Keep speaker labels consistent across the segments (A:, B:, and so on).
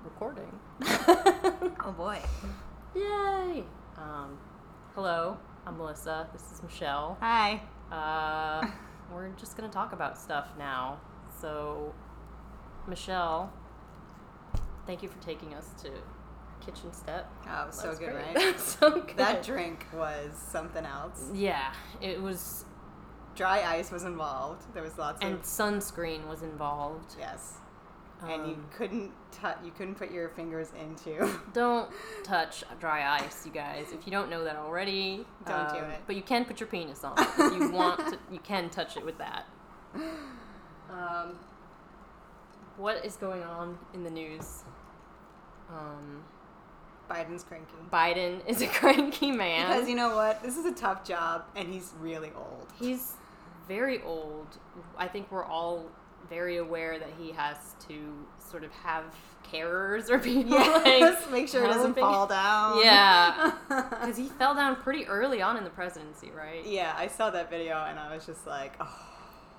A: recording.
B: Oh boy.
A: Yay! Um, hello, I'm Melissa. This is Michelle.
B: Hi.
A: Uh, we're just gonna talk about stuff now. So, Michelle, thank you for taking us to Kitchen Step.
B: Oh, so
A: was
B: good,
A: great.
B: right?
A: so good.
B: That drink was something else.
A: yeah, it was,
B: Dry ice was involved. There was lots
A: and
B: of
A: sunscreen was involved.
B: yes, and you
A: Um,
B: couldn't tou- you couldn't put your fingers into.
A: Don't touch dry ice, you guys. If you don't know that already, um,
B: Don't do it.
A: But you can put your penis on it. If you want to, you can touch it with that. Um, what is going on in the news? Um,
B: Biden's cranky.
A: Biden is a cranky man.
B: Because you know what, this is a tough job, and he's really old.
A: He's very old. I think we're all very aware that he has to sort of have carers or people
B: Yes,
A: like
B: make sure it doesn't
A: helping-
B: fall down.
A: Yeah. Because he fell down pretty early on in the presidency, right?
B: yeah, I saw that video, and I was just like, oh,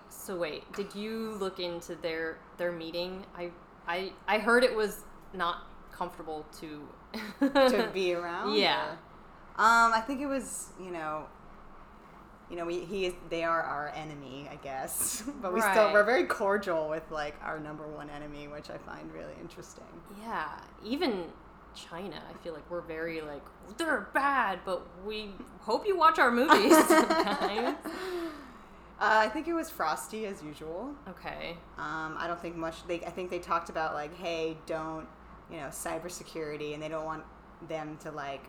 A: So wait, did you look into their their meeting? I I I heard it was not comfortable to
B: to be around.
A: Yeah.
B: or- Um, I think it was, you know, you know, we he is, they are our enemy, I guess. But we still
A: Right.
B: we're very cordial with like our number one enemy, which I find really interesting.
A: Yeah, even China, I feel like we're very like they're bad, but we hope you watch our movies sometimes.
B: Uh, I think it was frosty as usual.
A: okay.
B: Um, I don't think much. They I think they talked about like, hey, don't you know cybersecurity, and they don't want them to like,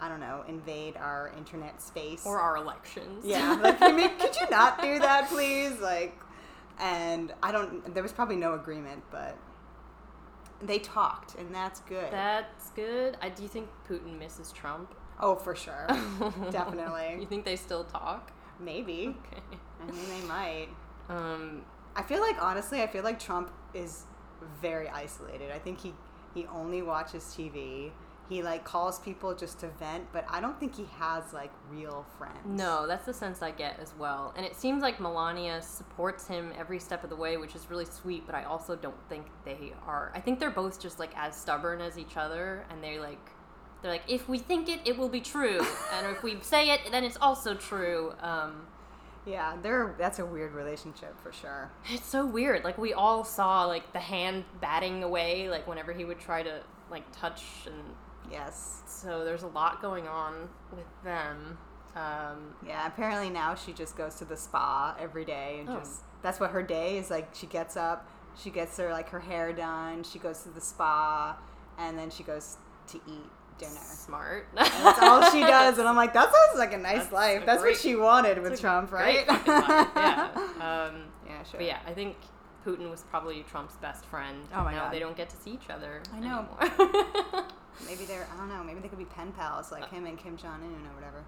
B: I don't know, invade our internet space
A: Or our elections.
B: Yeah, like I mean, could you not do that, please? Like, and I don't. There was probably no agreement, but they talked, and that's good.
A: That's good. I do you think Putin misses Trump?
B: oh, for sure, Definitely.
A: you think they still talk?
B: maybe.
A: Okay.
B: I mean, they might.
A: Um
B: I feel like honestly, I feel like Trump is very isolated. I think he he only watches TV. He like calls people just to vent, but I don't think he has like real friends.
A: No, that's the sense I get as well. And it seems like Melania supports him every step of the way, which is really sweet, but I also don't think they are. I think they're both just like as stubborn as each other and they like they're like if we think it, it will be true. and if we say it, then it's also true. Um
B: Yeah, they're that's a weird relationship for sure.
A: it's so weird. Like we all saw like the hand batting away like whenever he would try to like touch and
B: Yes.
A: so there's a lot going on with them. Um
B: Yeah, apparently now she just goes to the spa every day and
A: Oh.
B: just that's what her day is like. She gets up, she gets her like her hair done, she goes to the spa, and then she goes to eat dinner.
A: smart.
B: That's all she does, and I'm like, that sounds like a nice
A: That's
B: life.
A: a
B: that's
A: great-
B: what she wanted with
A: It's a
B: Trump, right?
A: great fucking life, yeah. Um,
B: Yeah, sure.
A: but yeah, I think Putin was probably Trump's best friend.
B: Oh my
A: now
B: God.
A: They don't get to see each other.
B: I know.
A: anymore.
B: Maybe they're I don't know. Maybe they could be pen pals
A: Uh.
B: like him and Kim Jong Un or whatever.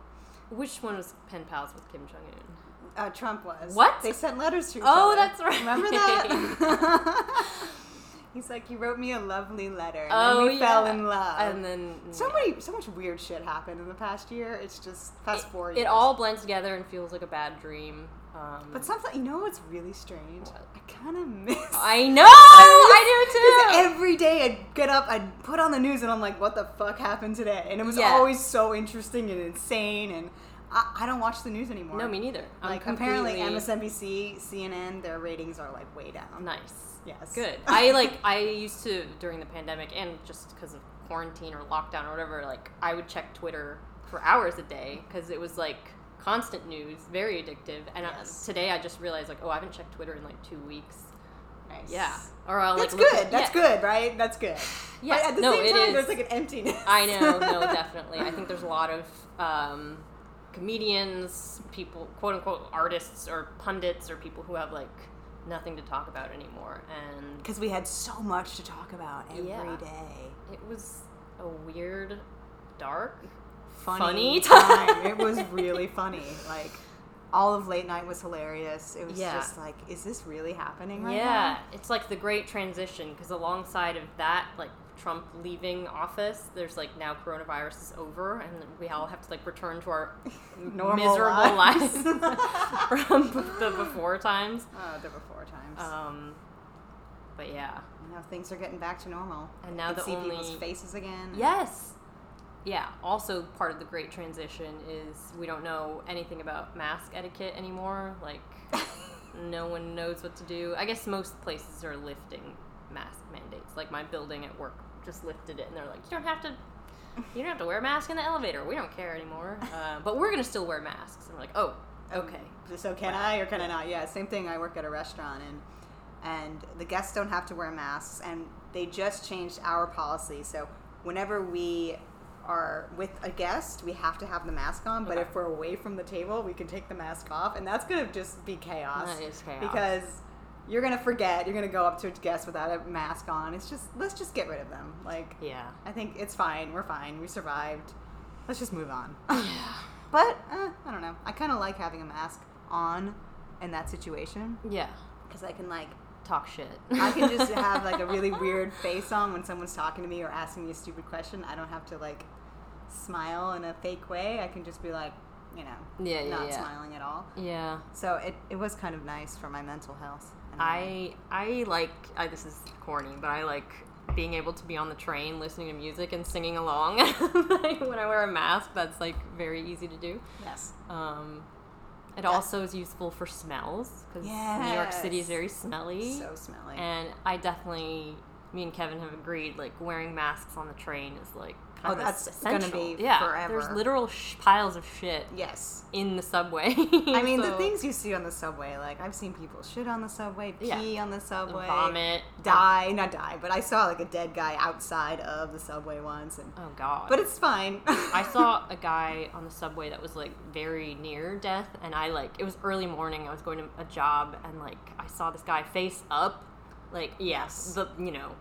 A: Which one was pen pals with Kim Jong Un?
B: Uh, Trump was.
A: What?
B: They sent letters to each
A: Oh,
B: other.
A: that's right.
B: Remember that? He's like, you wrote me a lovely letter. And
A: Oh,
B: then we fell
A: yeah.
B: in love.
A: And then
B: so many, so much weird shit happened in the past year. It's just past
A: it,
B: four years.
A: it all blends together and feels like a bad dream. Um,
B: But something, you know what's really strange?
A: What?
B: I kind of miss.
A: I know. I do
B: Because
A: too.
B: every day I'd get up, I'd put on the news, and I'm like, what the fuck happened today? And it was
A: Yeah.
B: always so interesting and insane. And I, I don't watch the news anymore.
A: No, me neither. I'm
B: like apparently
A: completely-
B: MSNBC, CNN, their ratings are like way down.
A: Nice.
B: Yes.
A: Good. I like. I used to during the pandemic and just because of quarantine or lockdown or whatever. Like I would check Twitter for hours a day because it was like constant news, very addictive. And
B: Yes.
A: I, today I just realized like, oh, I haven't checked Twitter in like two weeks.
B: Nice.
A: Yeah. Or I'll,
B: That's
A: like, look
B: good.
A: at-
B: That's
A: yeah.
B: good, right? That's good.
A: Yeah.
B: But at the
A: no,
B: same
A: it
B: time,
A: is.
B: there's like an emptiness.
A: I know. No, definitely. I think there's a lot of. Um, comedians people quote unquote artists or pundits or people who have like nothing to talk about anymore and
B: Because we had so much to talk about every day.
A: Yeah. It was a weird, dark. Funny
B: Funny,
A: time.
B: time. it was really funny. Like all of late night was hilarious. It was
A: Yeah.
B: just like, is this really happening right
A: yeah, it's like the great transition because alongside of that, like Trump leaving office, there's like now coronavirus is over and we all have to like return to our
B: now? Normal
A: miserable lives,
B: lives.
A: from the before times.
B: Oh, Uh, the before times.
A: Um, But yeah.
B: And now things are getting back to normal.
A: And now
B: I can
A: the
B: see
A: only
B: people's faces again.
A: Yes. Yeah. Also, part of the great transition is we don't know anything about mask etiquette anymore. Like, no one knows what to do. I guess most places are lifting mask mandates. Like my building at work just lifted it, and they're like, you don't have to. You don't have to wear a mask in the elevator. We don't care anymore. Uh, but we're gonna still wear masks. And we're like, oh, okay.
B: So can I or can I not? Yeah, same thing. I work at a restaurant and and the guests don't have to wear masks and they just changed our policy. So whenever we are with a guest, we have to have the mask on, but
A: Okay.
B: if we're away from the table, we can take the mask off and that's going to just be chaos.
A: That is chaos.
B: Because you're going to forget, you're going to go up to a guest without a mask on. It's just let's just get rid of them. Like
A: Yeah.
B: I think it's fine. We're fine. We survived. Let's just move on. but uh, I don't know. I kind of like having a mask on in that situation
A: Yeah.
B: because I can like
A: Talk shit.
B: I can just have like a really weird face on when someone's talking to me or asking me a stupid question. I don't have to like smile in a fake way. I can just be like, you know,
A: Yeah, yeah,
B: not
A: yeah.
B: smiling at all.
A: Yeah.
B: So it, it was kind of nice for my mental health. in a way.
A: I I like I, this is corny, but I like being able to be on the train listening to music and singing along. Like, when I wear a mask, that's like very easy to do.
B: yes.
A: Um, it also is useful for smells because New York City is
B: Yes.
A: very smelly,
B: So smelly.
A: and I definitely me and Kevin have agreed like wearing masks on the train is like
B: Oh,
A: kind of
B: that's gonna
A: essential.
B: be
A: yeah. There's
B: forever.
A: literal sh- piles of shit
B: yes.
A: in the subway.
B: I mean, the
A: So,
B: things you see on the subway, like I've seen people shit on the subway, pee on the subway,
A: vomit,
B: die, not die, but I saw like a dead guy outside of the subway once, and
A: Oh God.
B: but it's fine.
A: I saw a guy on the subway that was like very near death, and I like it was early morning. I was going to a job, and like I saw this guy face up, like yes, the you know,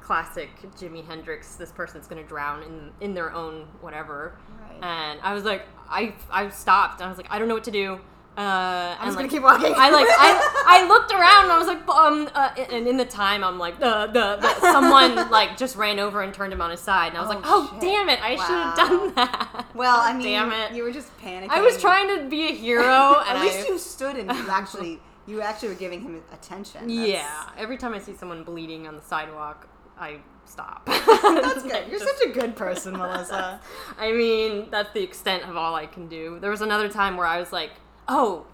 A: classic Jimi Hendrix. This person's gonna drown in in their own whatever.
B: Right.
A: And I was like, I I stopped. And I was like, I don't know what to do. Uh, I'm
B: just
A: like,
B: gonna keep walking.
A: I like I, I looked around and I was like um uh, and in the time I'm like the the, the someone like just ran over and turned him on his side and I was
B: Oh,
A: like oh
B: shit.
A: damn it I should have
B: Wow.
A: done that.
B: well, I mean,
A: damn it.
B: you were just panicking.
A: I was trying to be a hero and
B: At least
A: I
B: you stood and you actually, you actually were giving him attention. That's-
A: yeah every time I see someone bleeding on the sidewalk I stop.
B: that's good. You're such a good person, Melissa.
A: I mean, that's the extent of all I can do. There was another time where I was like, oh,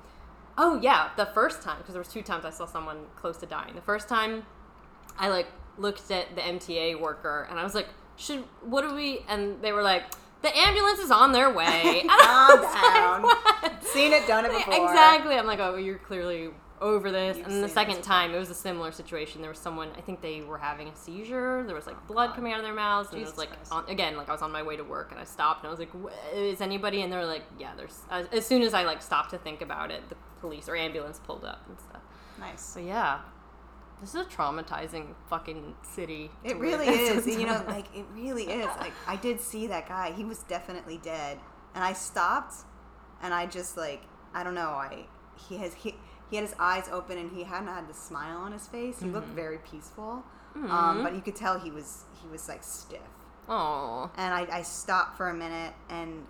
A: oh yeah, the first time, because there was two times I saw someone close to dying. The first time, I like looked at the MTA worker and I was like, should what do we? And they were like, the ambulance is on their way. And I
B: Calm
A: was like,
B: down.
A: "What?"
B: Seen it, done it before.
A: Exactly. I'm like, oh, you're clearly over this.
B: You've
A: and the
B: seen
A: second
B: this
A: time, it was a similar situation. There was someone, I think they were having a seizure. There was like blood coming out of their mouths. And it
B: Oh, Jesus
A: was like,
B: Christ.
A: on, again, like I was on my way to work and I stopped and I was like, "Wh- is anybody? And they were like, yeah, there's. As, as soon as I like stopped to think about it, the police or ambulance pulled up and stuff.
B: Nice.
A: So yeah, this is a traumatizing fucking city. to live
B: It really
A: in
B: is. You know,
A: sometimes.
B: like it really is. Like I did see that guy. He was definitely dead. And I stopped and I just like I don't know, I he has he he had his eyes open and he hadn't had the smile on his face. He
A: Mm-hmm.
B: looked very peaceful. Um, but you could tell he was he was like stiff.
A: Aw.
B: And I, I stopped for a minute and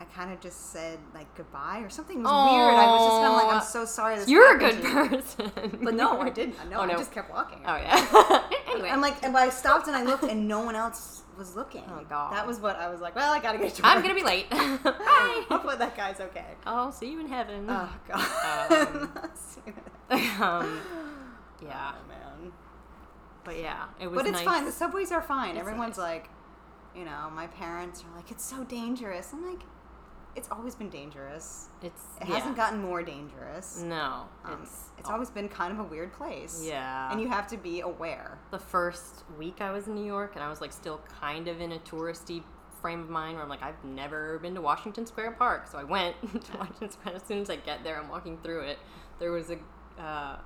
B: I kind of just said like goodbye or something It was
A: Aw.
B: weird. I was just kind of like I'm so sorry. This
A: You're a good
B: happened to you."
A: person.
B: But no, I didn't. No,
A: Oh, no.
B: I just kept walking.
A: Oh yeah. anyway.
B: I'm like, and but I stopped and I looked, and no one else was looking.
A: Oh, God.
B: That was what I was like. Well, I gotta get to.
A: I'm
B: work.
A: gonna be late. Bye. Um,
B: Hopefully that guy's okay.
A: I'll see you in heaven.
B: Oh God.
A: um, yeah,
B: Oh, man.
A: but yeah, it was.
B: But it's
A: nice.
B: fine. The subways are fine.
A: It's
B: Everyone's like, you know, my parents are like, it's so dangerous. I'm like, it's always been dangerous.
A: It's
B: It
A: yeah.
B: hasn't gotten more dangerous.
A: No,
B: Um,
A: it's
B: it's always been kind of a weird place.
A: yeah.
B: And you have to be aware.
A: the first week I was in New York, and I was like still kind of in a touristy frame of mind where I'm like, I've never been to Washington Square Park, so I went to Washington Square. As soon as I get there, I'm walking through it. There was a, uh,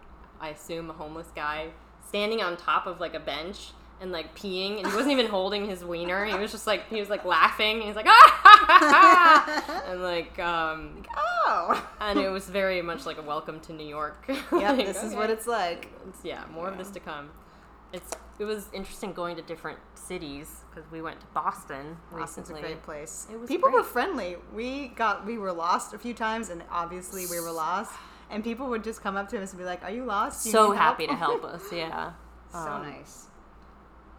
A: I assume, a homeless guy standing on top of like a bench and like peeing, and he wasn't even holding his wiener. He was just like he was like laughing. He was like ah, ha, ha, ha," and like um,
B: Oh.
A: and it was very much like a welcome to New York.
B: Yep.
A: Like,
B: This is what
A: okay.
B: it's like.
A: It's, yeah, more of this to come. It's it was interesting going to different cities because we went to Boston
B: Boston's a
A: recently.
B: great place.
A: It was
B: people
A: great.
B: were friendly. We got we were lost a few times, and obviously we were lost. And people would just come up to us and be like, "Are you lost?" Do you
A: so
B: need
A: happy to help us. Yeah,
B: So
A: Um,
B: nice.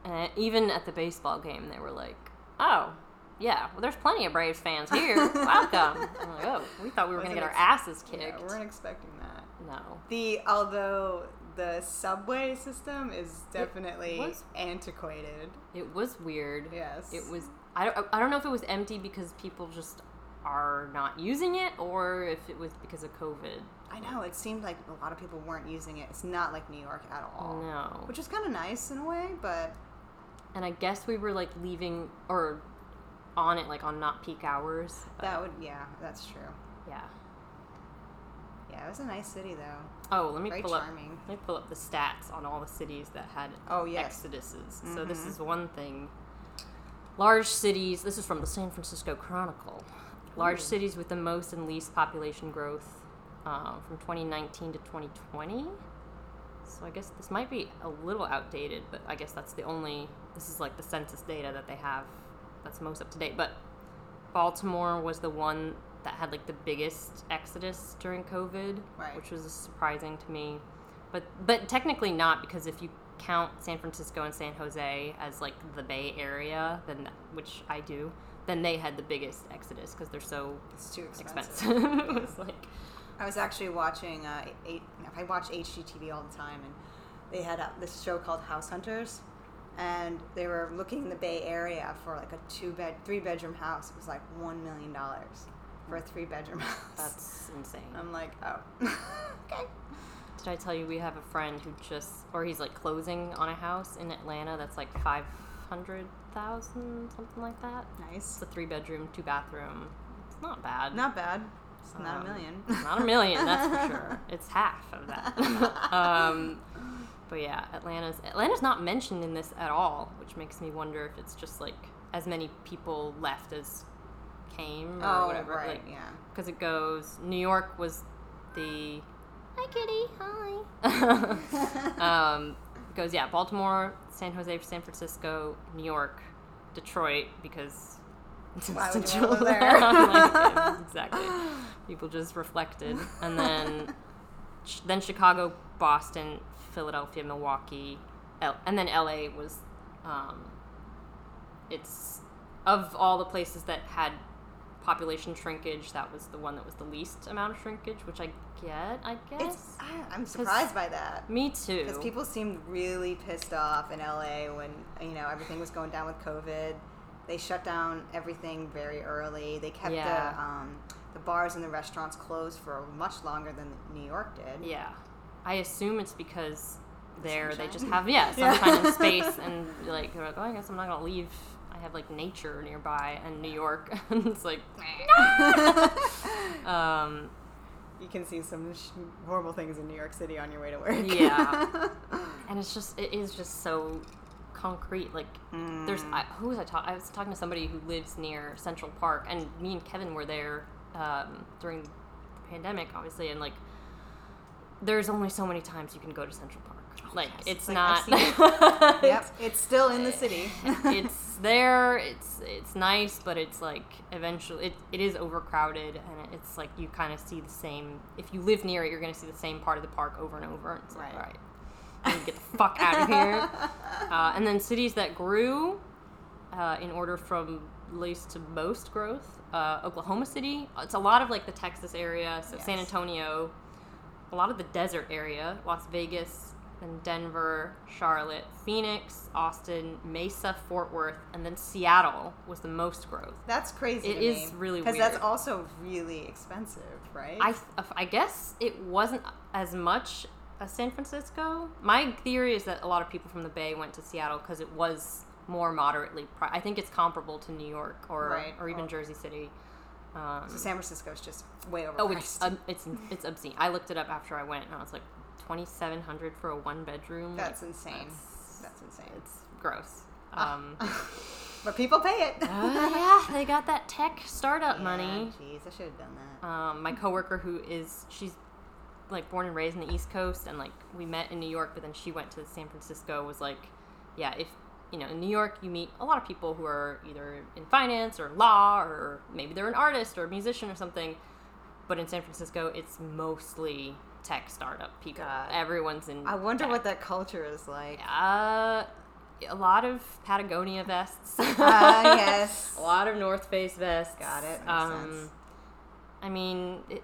A: And even at the baseball game, they were like, "Oh, yeah, well, there's plenty of Braves fans here. Welcome." I'm like, oh, we thought we were gonna
B: Wasn't
A: get our
B: ex-
A: asses kicked.
B: Yeah, we weren't expecting that.
A: no.
B: The although the subway system is definitely
A: was-
B: antiquated.
A: It was weird.
B: Yes.
A: It was. I don't. I don't know if it was empty because people just are not using it, or if it was because of COVID.
B: I know. It seemed like a lot of people weren't using it. It's not like New York at all,
A: No.
B: which is kind of nice in a way, but
A: And I guess we were like leaving or on it like on not peak hours. but
B: that would yeah, that's true.
A: yeah.
B: Yeah, it was a nice city though.
A: Oh, let me
B: Very
A: pull up.
B: charming.
A: Let me pull up the stats on all the cities that had
B: Oh yes. Mm-hmm.
A: exoduses. So this is one thing. Large cities. This is from the San Francisco Chronicle. Large
B: Ooh.
A: cities with the most and least population growth uh, from 2019 to 2020. So I guess this might be a little outdated, but I guess that's the only. This is like the census data that they have that's most up to date. But Baltimore was the one that had like the biggest exodus during COVID,
B: Right.
A: which was surprising to me. But but technically not because if you count San Francisco and San Jose as like the Bay Area, then which I do, then they had the biggest exodus because they're so
B: It's too expensive.
A: expensive. it was like
B: I was actually watching. Uh, eight, I watch HGTV all the time, and they had uh this show called House Hunters, and they were looking in the Bay Area for like a two bed, three bedroom house. It was like one million dollars for a three bedroom house.
A: that's insane.
B: I'm like, oh, okay.
A: Did I tell you we have a friend who just, or he's like closing on a house in Atlanta that's like five hundred thousand, something like that. It's
B: Nice.
A: a three bedroom, two bathroom. It's not bad.
B: Not bad. It's not
A: Um,
B: a million.
A: Not a million, that's for sure. It's half of that. um, but yeah, Atlanta's Atlanta's not mentioned in this at all, which makes me wonder if it's just like as many people left as came or
B: oh,
A: whatever.
B: right. yeah.
A: Because it goes, New York was the. Hi, kitty. Hi. um, it goes, yeah, Baltimore, San Jose, San Francisco, New York, Detroit, because.
B: Why would you
A: Detroit.
B: wanna live there?
A: Like, exactly. People just reflected. And then, sh- then Chicago, Boston, Philadelphia, Milwaukee, L- and then LA was. Um, it's of all the places that had population shrinkage, that was the one that was the least amount of shrinkage, which I get, I
B: It's.
A: guess.
B: I, I'm surprised by that.
A: Me too.
B: Because people seemed really pissed off in LA when you know everything was going down with COVID. They shut down everything very early. They kept
A: Yeah.
B: the um, the bars and the restaurants closed for much longer than New York did.
A: yeah, I assume it's because there they just
B: sunshine.
A: have yeah
B: Yeah.
A: some kind of space and like they're like oh I guess I'm not gonna leave. I have like nature nearby and New York, and it's like um
B: you can see some sh- horrible things in New York City on your way to work.
A: Yeah. and it's just it is just so concrete like there's I, who was I talking I was talking to somebody who lives near Central Park and me and Kevin were there um, during the pandemic obviously and like there's only so many times you can go to Central Park like
B: Oh, yes.
A: it's
B: Like,
A: not
B: I've yep, it's still in the city.
A: Eh, it's there it's it's nice but it's like eventually it, it is overcrowded and it's like you kind of see the same if you live near it you're going to see the same part of the park over and over and it's like,
B: Right.
A: all right I need to get the fuck out of here uh, and then cities that grew uh, in order from least to most growth uh, oklahoma city it's a lot of like the texas area so san
B: Yes.
A: antonio a lot of the desert area las vegas then denver charlotte phoenix austin mesa fort worth and then seattle was the most growth
B: That's crazy.
A: It
B: to
A: is
B: me,
A: really
B: that's
A: weird.
B: also really expensive, right?
A: I, I guess it wasn't as much as San Francisco. My theory is that a lot of people from the Bay went to Seattle because it was more moderately. Pri- I think it's comparable to New York or
B: Right.
A: or even
B: Oh.
A: Jersey City. Um,
B: so San Francisco is just way over.
A: oh, it's um, it's it's obscene. I looked it up after I went, and I was like, twenty seven hundred for a one bedroom.
B: That's Ah.
A: like,
B: insane.
A: that's-
B: That's insane.
A: It's gross. Um,
B: But people pay it.
A: oh, yeah, they got that tech startup money.
B: Jeez, I should have done that.
A: um, my coworker who is she's like born and raised in the east coast and like we met in new york but then she went to san francisco was like yeah if you know in new york you meet a lot of people who are either in finance or law or maybe they're an artist or a musician or something but in san francisco it's mostly tech startup people.
B: God.
A: Everyone's in.
B: I wonder
A: tech.
B: what that culture is like.
A: Uh, a lot of Patagonia vests.
B: Ah, yes.
A: A lot of North Face vests. Um,
B: Got it. Makes sense.
A: I mean, it,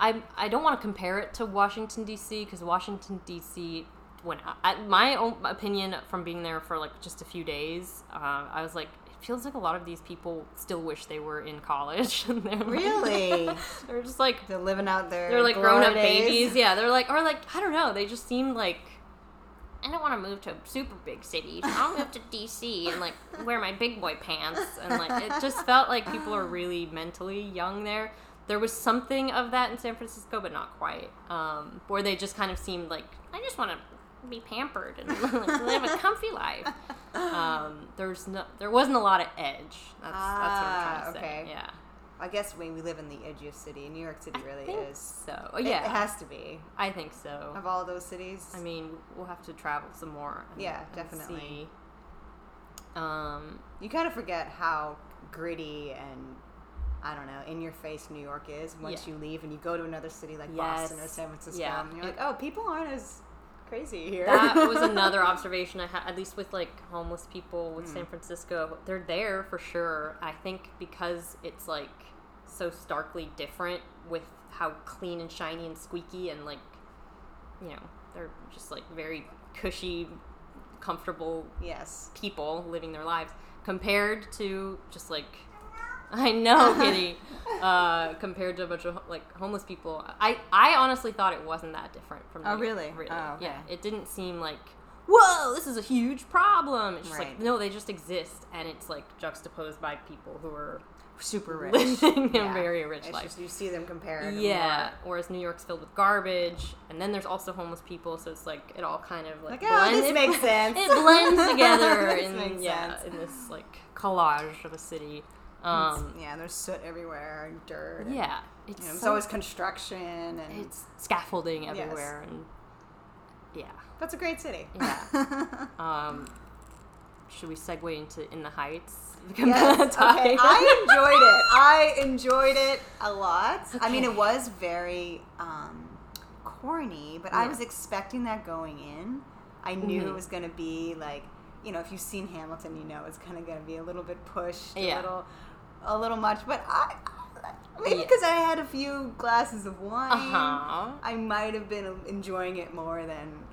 A: I I don't want to compare it to Washington D.C. because Washington D.C. when I, I- my own opinion from being there for like just a few days, uh, I was like, it feels like a lot of these people still wish they were in college. and they're like-
B: Really?
A: they're just like
B: They're living out their
A: they're like
B: glory
A: grown up
B: days.
A: babies. Yeah, they're like, or like, I don't know. They just seem like, I don't want to move to a super big city. I'll move to DC and like wear my big boy pants. And like, it just felt like people are really mentally young there. There was something of that in San Francisco, but not quite. Um, where they just kind of seemed like, I just want to be pampered and like, live a comfy life. Um, there's no, there wasn't a lot of edge. That's, that's what I'm
B: Ah,
A: trying to say.
B: okay.
A: Yeah.
B: I guess we, we live in the edge of city. New York City really
A: I think
B: is.
A: so.
B: It-
A: Yeah,
B: It, has to be.
A: I think so.
B: Of all those cities.
A: I mean, we'll have to travel some more. and-
B: Yeah,
A: and
B: definitely.
A: see. Um,
B: you kind of forget how gritty and I don't know, in your face New York is once
A: Yeah.
B: you leave and you go to another city like Boston or
A: Yes.
B: San Francisco
A: Yeah.
B: and you're like, Oh, people aren't as crazy here.
A: that was another observation I had, at least with like homeless people
B: Hmm.
A: with San Francisco. They're there for sure. I think because it's like so starkly different with how clean and shiny and squeaky and like, you know, they're just like very cushy, comfortable
B: Yes.
A: people living their lives compared to just like I know, Kitty. Uh, compared to a bunch of like homeless people, I I honestly thought it wasn't that different from.
B: Oh,
A: New York,
B: really?
A: Really?
B: Oh, okay.
A: Yeah. It didn't seem like whoa, this is a huge problem. It's just
B: Right.
A: like no, they just exist, and it's like juxtaposed by people who are
B: Super rich.
A: living
B: Yeah.
A: a very rich
B: It's
A: life.
B: just you see them compared.
A: yeah. Whereas New York's filled with garbage, and then there's also homeless people, so it's like it all kind of like,
B: Like, oh, this
A: it-
B: makes sense.
A: It blends together
B: This
A: in
B: makes
A: yeah,
B: sense.
A: in this like collage of a city. Um,
B: yeah, there's soot everywhere and dirt. and,
A: yeah, it's
B: You know, there's
A: so-
B: always construction and
A: it's scaffolding everywhere, and yeah.
B: that's a great city.
A: Yeah. Um, should we segue into In the Heights?
B: Yes, okay. I enjoyed it. I enjoyed it a lot. I mean, it
A: Okay.
B: was very um, corny, but I
A: Yeah.
B: was expecting that going in. I knew it
A: Mhm.
B: was going to be like, you know, if you've seen Hamilton, you know it's kind of going to be a little bit pushed, a
A: Yeah.
B: little, a little much. But I, maybe
A: Yeah.
B: because I had a few glasses of wine,
A: uh huh.
B: I might have been enjoying it more than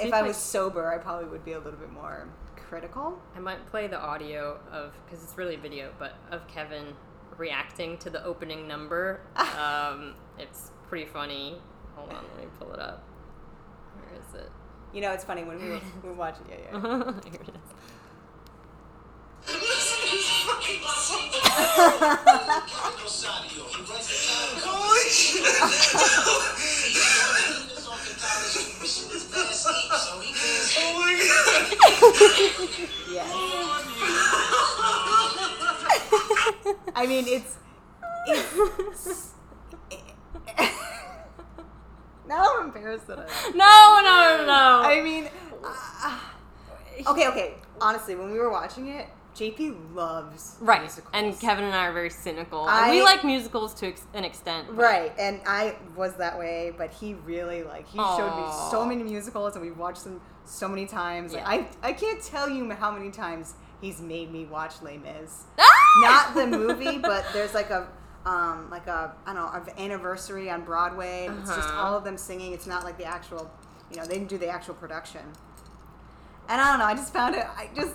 B: if I was sober. I probably would be a little bit more critical.
A: I might play the audio of because it's really video, but of Kevin reacting to the opening number. Um, it's pretty funny. Hold on, let me pull it up. Where is it?
B: You know, it's funny when we were, we were watching. Yeah, yeah.
A: Here it is.
B: Yes. I mean, it's. it's now I'm embarrassed that I.
A: No, no, no.
B: I mean, uh, okay, okay. Honestly, when we were watching it, JP loves
A: right.
B: musicals.
A: And Kevin and I are very cynical. and
B: I-
A: we like musicals to ex- an extent. but-
B: Right, and I was that way, but he really like he showed me
A: Aw.
B: so many musicals, and we watched them so many times.
A: Yeah.
B: I I can't tell you how many times he's made me watch Les Mis.
A: Ah!
B: Not the movie, but there's like a um like a I don't know an anniversary on Broadway. And It's just
A: Uh-huh.
B: all of them singing. It's not like the actual, you know, they didn't do the actual production. And I don't know. I just found it. I just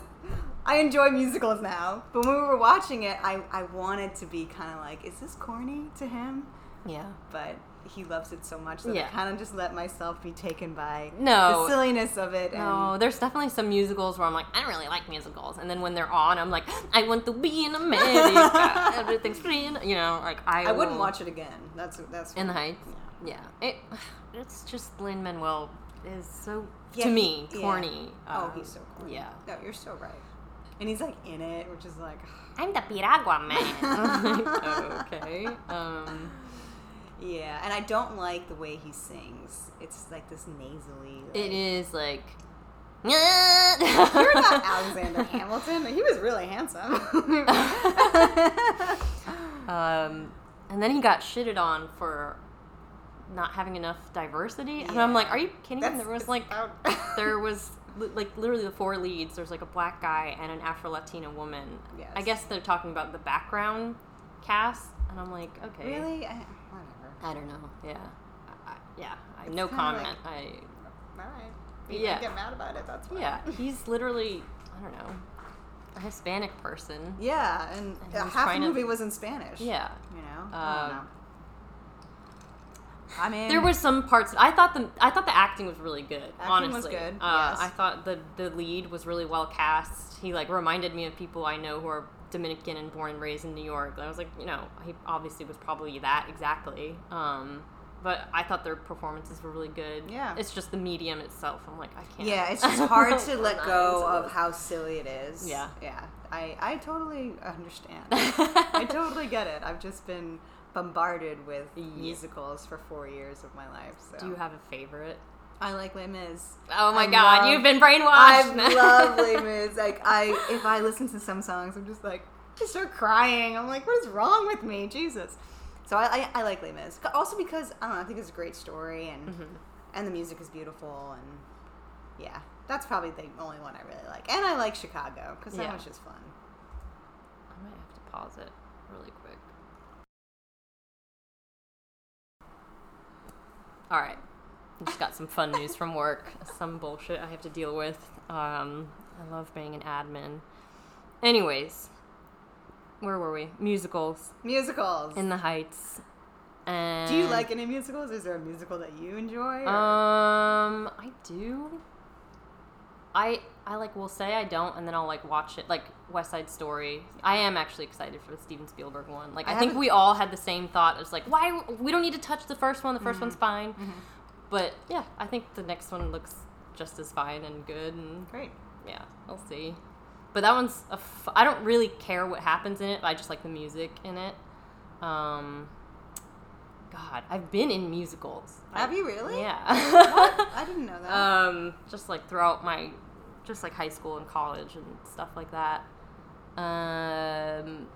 B: I enjoy musicals now, but when we were watching it, I I wanted to be kind of like, is this corny to him?
A: Yeah.
B: but he loves it so much that I
A: Yeah.
B: kind of just let myself be taken by
A: No.
B: the silliness of it.
A: No,
B: And
A: there's definitely some musicals where I'm like, I don't really like musicals, and then when they're on, I'm like, I want to be in America. Everything's green, you know. Like I,
B: I wouldn't
A: will-
B: watch it again. That's that's
A: In the Heights. Yeah, it, it's just Lin Manuel is so
B: Yeah,
A: to
B: he-
A: me
B: yeah.
A: corny.
B: Oh,
A: Um,
B: he's so cool.
A: Yeah,
B: No, you're so right. And he's like in it, which is like,
A: I'm the piragua man. okay. Um,
B: yeah. And I don't like the way he sings. It's like this nasally. Like,
A: it is like.
B: You're not Alexander Hamilton. He was really handsome.
A: Um, and then he got shitted on for not having enough diversity. And I'm like,
B: Yeah.
A: are you kidding me?
B: That's-
A: There was
B: it's
A: like
B: about-
A: there was li- like literally the four leads. There's like a black guy and an Afro Latina woman.
B: Yes.
A: I guess they're talking about the background cast, and I'm like, okay,
B: really, I, whatever.
A: I don't know. Yeah, I, I- yeah. I,
B: It's
A: no
B: kinda like-
A: comment.
B: All right.
A: You can Yeah. get
B: mad about it. That's
A: I yeah. He's literally I don't know a Hispanic person.
B: Yeah, and,
A: And he
B: uh
A: was
B: half the
A: trying to-
B: movie was in Spanish.
A: Yeah.
B: You know. I don't
A: Um,
B: know. I mean,
A: There was some parts. I thought the I thought the acting was really good.
B: Acting
A: honestly,
B: was good,
A: Uh,
B: yes.
A: I thought the the lead was really well cast. He like reminded me of people I know who are Dominican and born and raised in New York. And I was like, you know, he obviously was probably that exactly. Um, but I thought their performances were really good.
B: Yeah.
A: it's just the medium itself. I'm like, I can't.
B: Yeah, it's just hard to
A: I'm
B: let
A: not
B: go
A: into
B: of
A: this.
B: how silly it is.
A: Yeah.
B: Yeah. I, I totally understand. I totally get it. I've just been bombarded with
A: Yeah.
B: musicals for four years of my life. So
A: Do you have a favorite?
B: I like Les Mis.
A: Oh my
B: I
A: god,
B: love-
A: you've been brainwashed.
B: I love Les Mis. Like I, if I listen to some songs, I'm just like, just start crying. I'm like, what is wrong with me, Jesus? So I, I, I like Les Mis. Also because I don't know, I think it's a great story and
A: Mm-hmm.
B: and the music is beautiful and yeah, that's probably the only one I really like. And I like Chicago because that
A: Yeah.
B: was just fun.
A: I might have to pause it really quick. All right. I just got some fun news from work, some bullshit I have to deal with. Um, I love being an admin. Anyways, where were we? Musicals
B: Musicals.
A: in the Heights. And
B: Do you like any musicals? Is there a musical that you enjoy? or-
A: Um, I do. I I like will say I don't, and then I'll like watch it like West Side Story. I am actually excited for the Steven Spielberg one. Like
B: I
A: I, think
B: haven't-
A: we all had the same thought. It's like why we don't need to touch the first one. The 1st
B: Mm-hmm.
A: one's fine, but yeah, I think the next one looks just as fine and good, and
B: Great.
A: yeah, we'll see. But that one's a f- I don't really care what happens in it. But I just like the music in it. Um, God, I've been in musicals.
B: Have you really?
A: Yeah.
B: I didn't know that.
A: um, just like throughout my, just like high school and college and stuff like that. Um,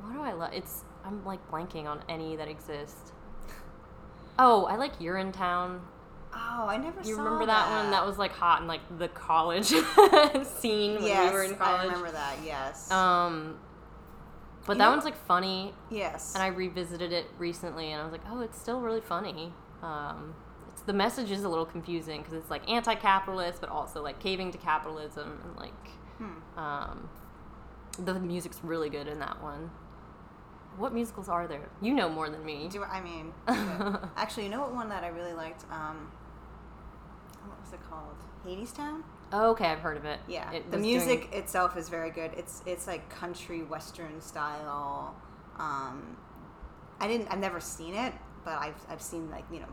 A: what do I love? It's I'm like blanking on any that exist. Oh, I like Urinetown.
B: oh, I never.
A: You
B: saw
A: remember that, one? That was like hot in like the college scene when
B: yes,
A: we were in
B: I
A: college.
B: remember that. Yes.
A: Um, but
B: You
A: that
B: know-
A: one's like funny,
B: yes.
A: and I revisited it recently, and I was like, oh, it's still really funny. Um, it's, the message is a little confusing because it's like anti-capitalist, but also like caving to capitalism, and like
B: Hmm.
A: um, the music's really good in that one. What musicals are there? You know more than me.
B: Do I mean? but- actually, you know what one that I really liked? Um, what was it called? Hades Town.
A: oh, okay, I've heard of it.
B: Yeah,
A: It
B: the
A: was doing-
B: music itself is very good. It's it's like country western style. Um, I didn't. I've never seen it, but I've I've seen like you know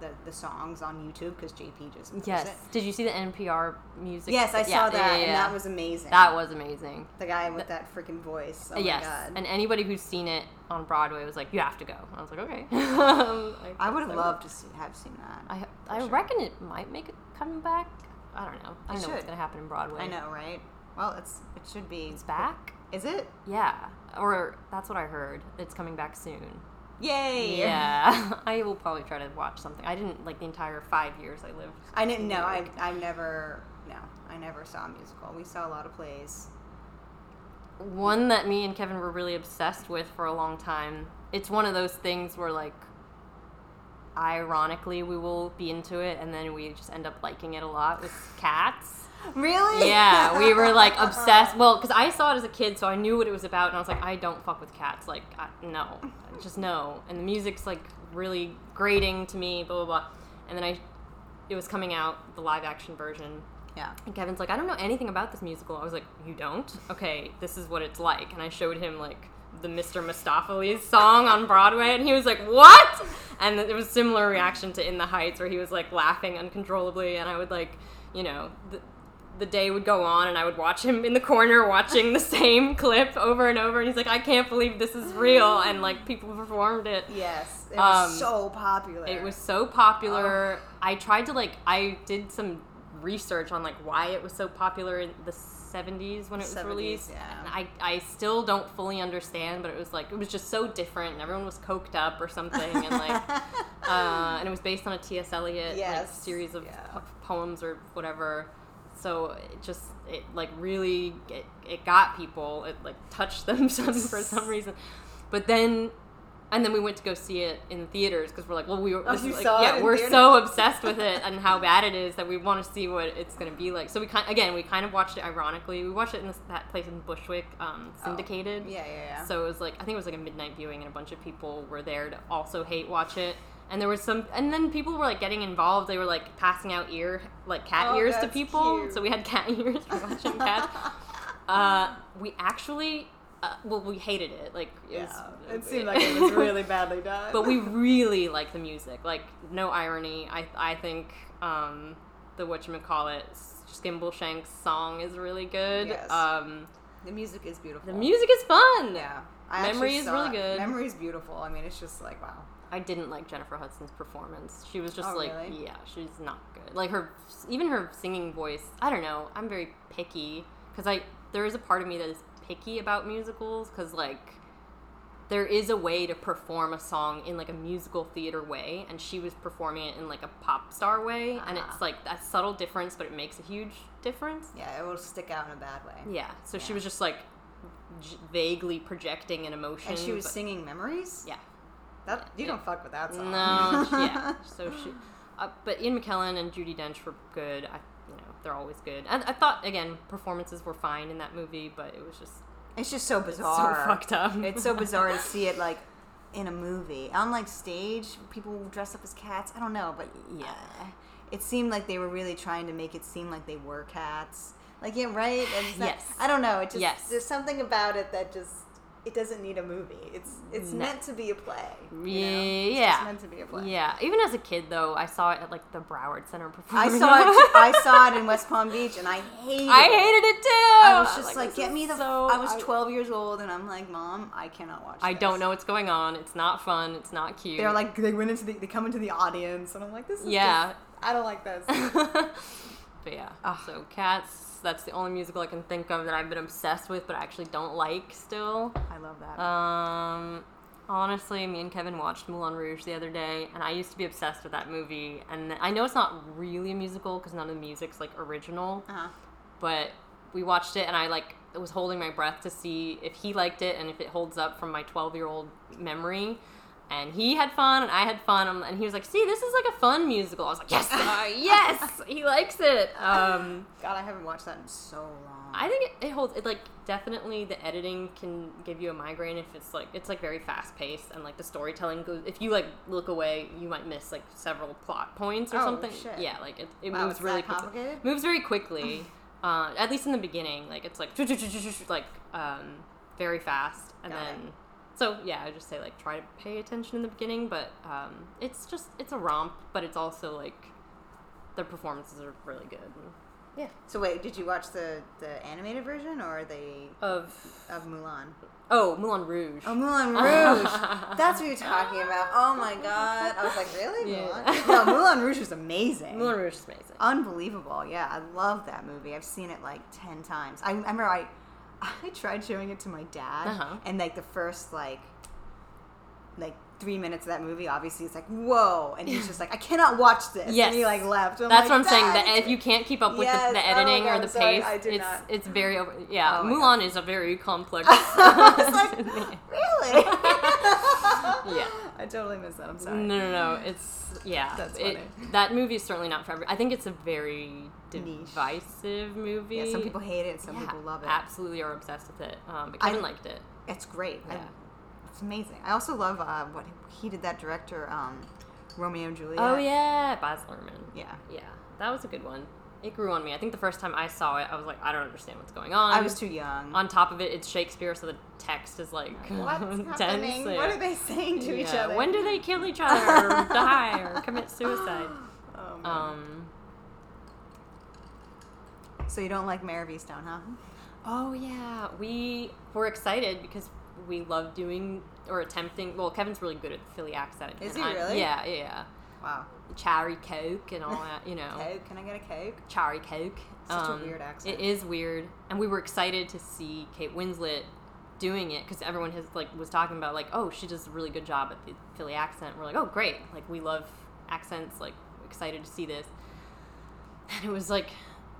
B: the the songs on YouTube because JP just knows
A: yes.
B: it.
A: Did you see the NPR music?
B: Yes, I
A: Yeah,
B: saw that,
A: yeah, yeah,
B: and
A: yeah.
B: that was amazing.
A: that was amazing.
B: the guy with that freaking voice. Oh my
A: yes,
B: god.
A: and anybody who's seen it on Broadway was like, "You have to go." I was like, "Okay." Um,
B: I would have
A: so-
B: loved to see, have seen that.
A: I I
B: sure.
A: reckon it might make it come back. I don't know. I
B: It
A: know what's
B: should.
A: gonna happen in Broadway.
B: I know, right? Well, it's it should be.
A: it's back.
B: Is it?
A: Yeah, or that's what I heard. It's coming back soon.
B: Yay!
A: Yeah, I will probably try to watch something. I didn't like the entire five years I lived.
B: I didn't know. I I never no. I never saw a musical. We saw a lot of plays.
A: One that me and Kevin were really obsessed with for a long time. It's one of those things where like. Ironically, we will be into it, and then we just end up liking it a lot. With cats,
B: Really?
A: yeah, we were like obsessed. Well, because I saw it as a kid, so I knew what it was about, and I was like, I don't fuck with cats. Like, I, no, just no. And the music's like really grating to me, blah blah blah. And then I, it was coming out the live action version,
B: Yeah.
A: and Kevin's like, I don't know anything about this musical. I was like, You don't? Okay, this is what it's like. And I showed him like the Mr. Mistopheles song on Broadway, and he was like, What? And it was similar reaction to In the Heights, where he was like laughing uncontrollably, and I would like, you know. The, the day would go on and I would watch him in the corner watching the same clip over and over and he's like I can't believe this is real and like people performed it
B: Yes, it was
A: Um,
B: so popular. Oh.
A: it was so popular. I tried to like I did some research on like why it was so popular in the 70s when it was
B: 70s,
A: released.
B: yeah.
A: And I I still don't fully understand, but it was like it was just so different and everyone was coked up or something and like uh, and it was based on a T.S. Eliot like,
B: Yes,
A: series of
B: yeah.
A: po- poems or whatever. So it just it like really it, it got people. It like touched them some for some reason. But then and then we went to go see it in theaters because we're like, well, we were
B: Oh,
A: this
B: you
A: is like-
B: saw it
A: yeah,
B: in
A: we're
B: theaters?
A: so obsessed with it and how bad it is that we want to see what it's going to be like. So we kind again we kind of watched it ironically. We watched it in this, that place in Bushwick, um,
B: Oh.
A: syndicated.
B: yeah, yeah, yeah.
A: So it was like I think it was like a midnight viewing, and a bunch of people were there to also hate watch it. And there was some, and then people were like getting involved. They were like passing out ear, like cat
B: Oh,
A: ears to
B: that's
A: people.
B: cute.
A: So we had cat ears for watching cats. Uh, we actually, uh, well, we hated it. Like it,
B: yeah,
A: was,
B: it seemed like it was really badly done.
A: but we really like the music. Like no irony. I I think um, the what you call it, Skimble Shank's song is really good.
B: Yes.
A: Um,
B: the music is beautiful.
A: the music is fun.
B: yeah. I actually
A: Memory is
B: saw
A: really
B: it.
A: good.
B: Memory is beautiful. I mean, it's just like wow.
A: I didn't like Jennifer Hudson's performance. She was just
B: Oh,
A: like,
B: really?
A: yeah, she's not good. Like her, even her singing voice. I don't know. I'm very picky because I there is a part of me that is picky about musicals because like there is a way to perform a song in like a musical theater way, and she was performing it in like a pop star way, and
B: Ah.
A: it's like that subtle difference, but it makes a huge difference.
B: Yeah, it will stick out in a bad way.
A: Yeah. So she
B: Yeah.
A: was just like j- vaguely projecting an emotion,
B: And she was
A: but-
B: singing memories.
A: yeah.
B: That you don't fuck with that song.
A: No, she- yeah. So she, uh, but Ian McKellen and Judy Dench were good. I, you know, they're always good. I, I thought again, performances were fine in that movie, but it was just
B: It's just so
A: it's
B: bizarre.
A: so fucked up.
B: It's so bizarre to see it like in a movie. On like stage, people dress up as cats. I don't know, but
A: Yeah.
B: uh, it seemed like they were really trying to make it seem like they were cats. Like yeah, right. And it's not-
A: Yes.
B: I don't know. It just
A: Yes.
B: there's something about it that just it doesn't need a movie. It's it's
A: No.
B: meant to be a play. you know? It's
A: yeah.
B: just meant to be a play.
A: yeah. Even as a kid, though, I saw it at like the Broward Center
B: I
A: performing.
B: saw it. I saw it in West Palm Beach, and I hated.
A: I
B: it.
A: hated it too.
B: I was just like,
A: this
B: get
A: is
B: me the. f
A: so-
B: I was 12 years old, and I'm like, Mom, I cannot watch.
A: I don't
B: this."
A: know what's going on. It's not fun. It's not cute.
B: They're like, they went into the, they come into the audience, and I'm like, this is.
A: Yeah.
B: just- I don't like this.
A: but yeah. So Cats. That's the only musical I can think of that I've been obsessed with, but I actually don't like still.
B: I love that.
A: Um, honestly, me and Kevin watched Moulin Rouge the other day, and I used to be obsessed with that movie. And I know it's not really a musical because none of the music's like original,
B: uh-huh.
A: but we watched it, and I like was holding my breath to see if he liked it and if it holds up from my 12 year old memory. And he had fun, and I had fun, um, and he was like, "See, this is like a fun musical." I was like, "Yes, uh, yes, he likes it." Um,
B: God, I haven't watched that in so long.
A: I think it, it holds. It like definitely the editing can give you a migraine if it's like it's like very fast paced and like the storytelling goes. If you like look away, you might miss like several plot points or
B: Oh,
A: something.
B: shit.
A: Yeah, like it, it
B: Wow,
A: moves
B: it's
A: really
B: that
A: quickly.
B: complicated? Oh.
A: Moves very quickly. uh, at least in the beginning, like it's like like um, very fast, and
B: Got it.
A: then so yeah, I just say like try to pay attention in the beginning, but um, it's just it's a romp, but it's also like the performances are really good. Yeah,
B: so wait, did you watch the the animated version or the
A: of
B: of Mulan?
A: Oh, Moulin Rouge.
B: Oh, Moulin Rouge. That's what you're talking about. Oh my God. I was like, really?
A: Yeah.
B: Mulan? No, Moulin Rouge is amazing.
A: Moulin Rouge is amazing.
B: Unbelievable. Yeah, I love that movie. I've seen it like 10 times. I remember I I tried showing it to my dad
A: Uh-huh.
B: and like the first like like 3 minutes of that movie obviously it's like whoa and he's just like I cannot watch this
A: Yes.
B: and he like left. I'm
A: That's
B: like,
A: what I'm saying.
B: "Dad,
A: That if you can't keep up with
B: Yes,
A: the, the
B: oh
A: editing
B: my
A: or
B: God,
A: the
B: sorry,
A: pace,
B: I do
A: it's
B: not.
A: it's very over. Yeah,
B: Oh my
A: Mulan is a very complex.
B: I was like, really?
A: Yeah.
B: I totally missed that. I'm
A: no,
B: sorry.
A: no, no. It's yeah.
B: That's
A: it-
B: funny.
A: that movie is certainly not for every. I think it's a very
B: Niche.
A: divisive movie.
B: Yeah, some people hate it, some
A: Yeah,
B: people love it.
A: Absolutely are obsessed with it. Um, but
B: I-
A: Kevin liked it.
B: It's great. I-
A: Yeah.
B: it's amazing. I also love uh, what he did that director um, Romeo and Juliet.
A: Oh yeah, Baz Luhrmann.
B: Yeah.
A: Yeah, that was a good one. It grew on me. I think the first time I saw it, I was like, I don't understand what's going on.
B: I was too young.
A: on top of it, it's Shakespeare, so the text is like
B: What's
A: dense.
B: happening?
A: Yeah.
B: What are they saying to each
A: Yeah,
B: other?
A: When do they kill each other, or die, or commit suicide?
B: Oh, man.
A: Um.
B: so you don't like Mare of Easttown, huh?
A: Oh yeah, we were excited because we love doing or attempting. Well, Kevin's really good at the Philly accent.
B: Is
A: and
B: he
A: I'm-
B: really?
A: Yeah, yeah, yeah.
B: Wow.
A: cherry coke and all that, you know.
B: Coke? Can I get a Coke?
A: Cherry Coke.
B: Such a weird accent.
A: Um, It is weird, and we were excited to see Kate Winslet doing it because everyone has like was talking about like, oh, she does a really good job at the Philly accent. We're like, oh, great! Like we love accents. Like excited to see this. And it was like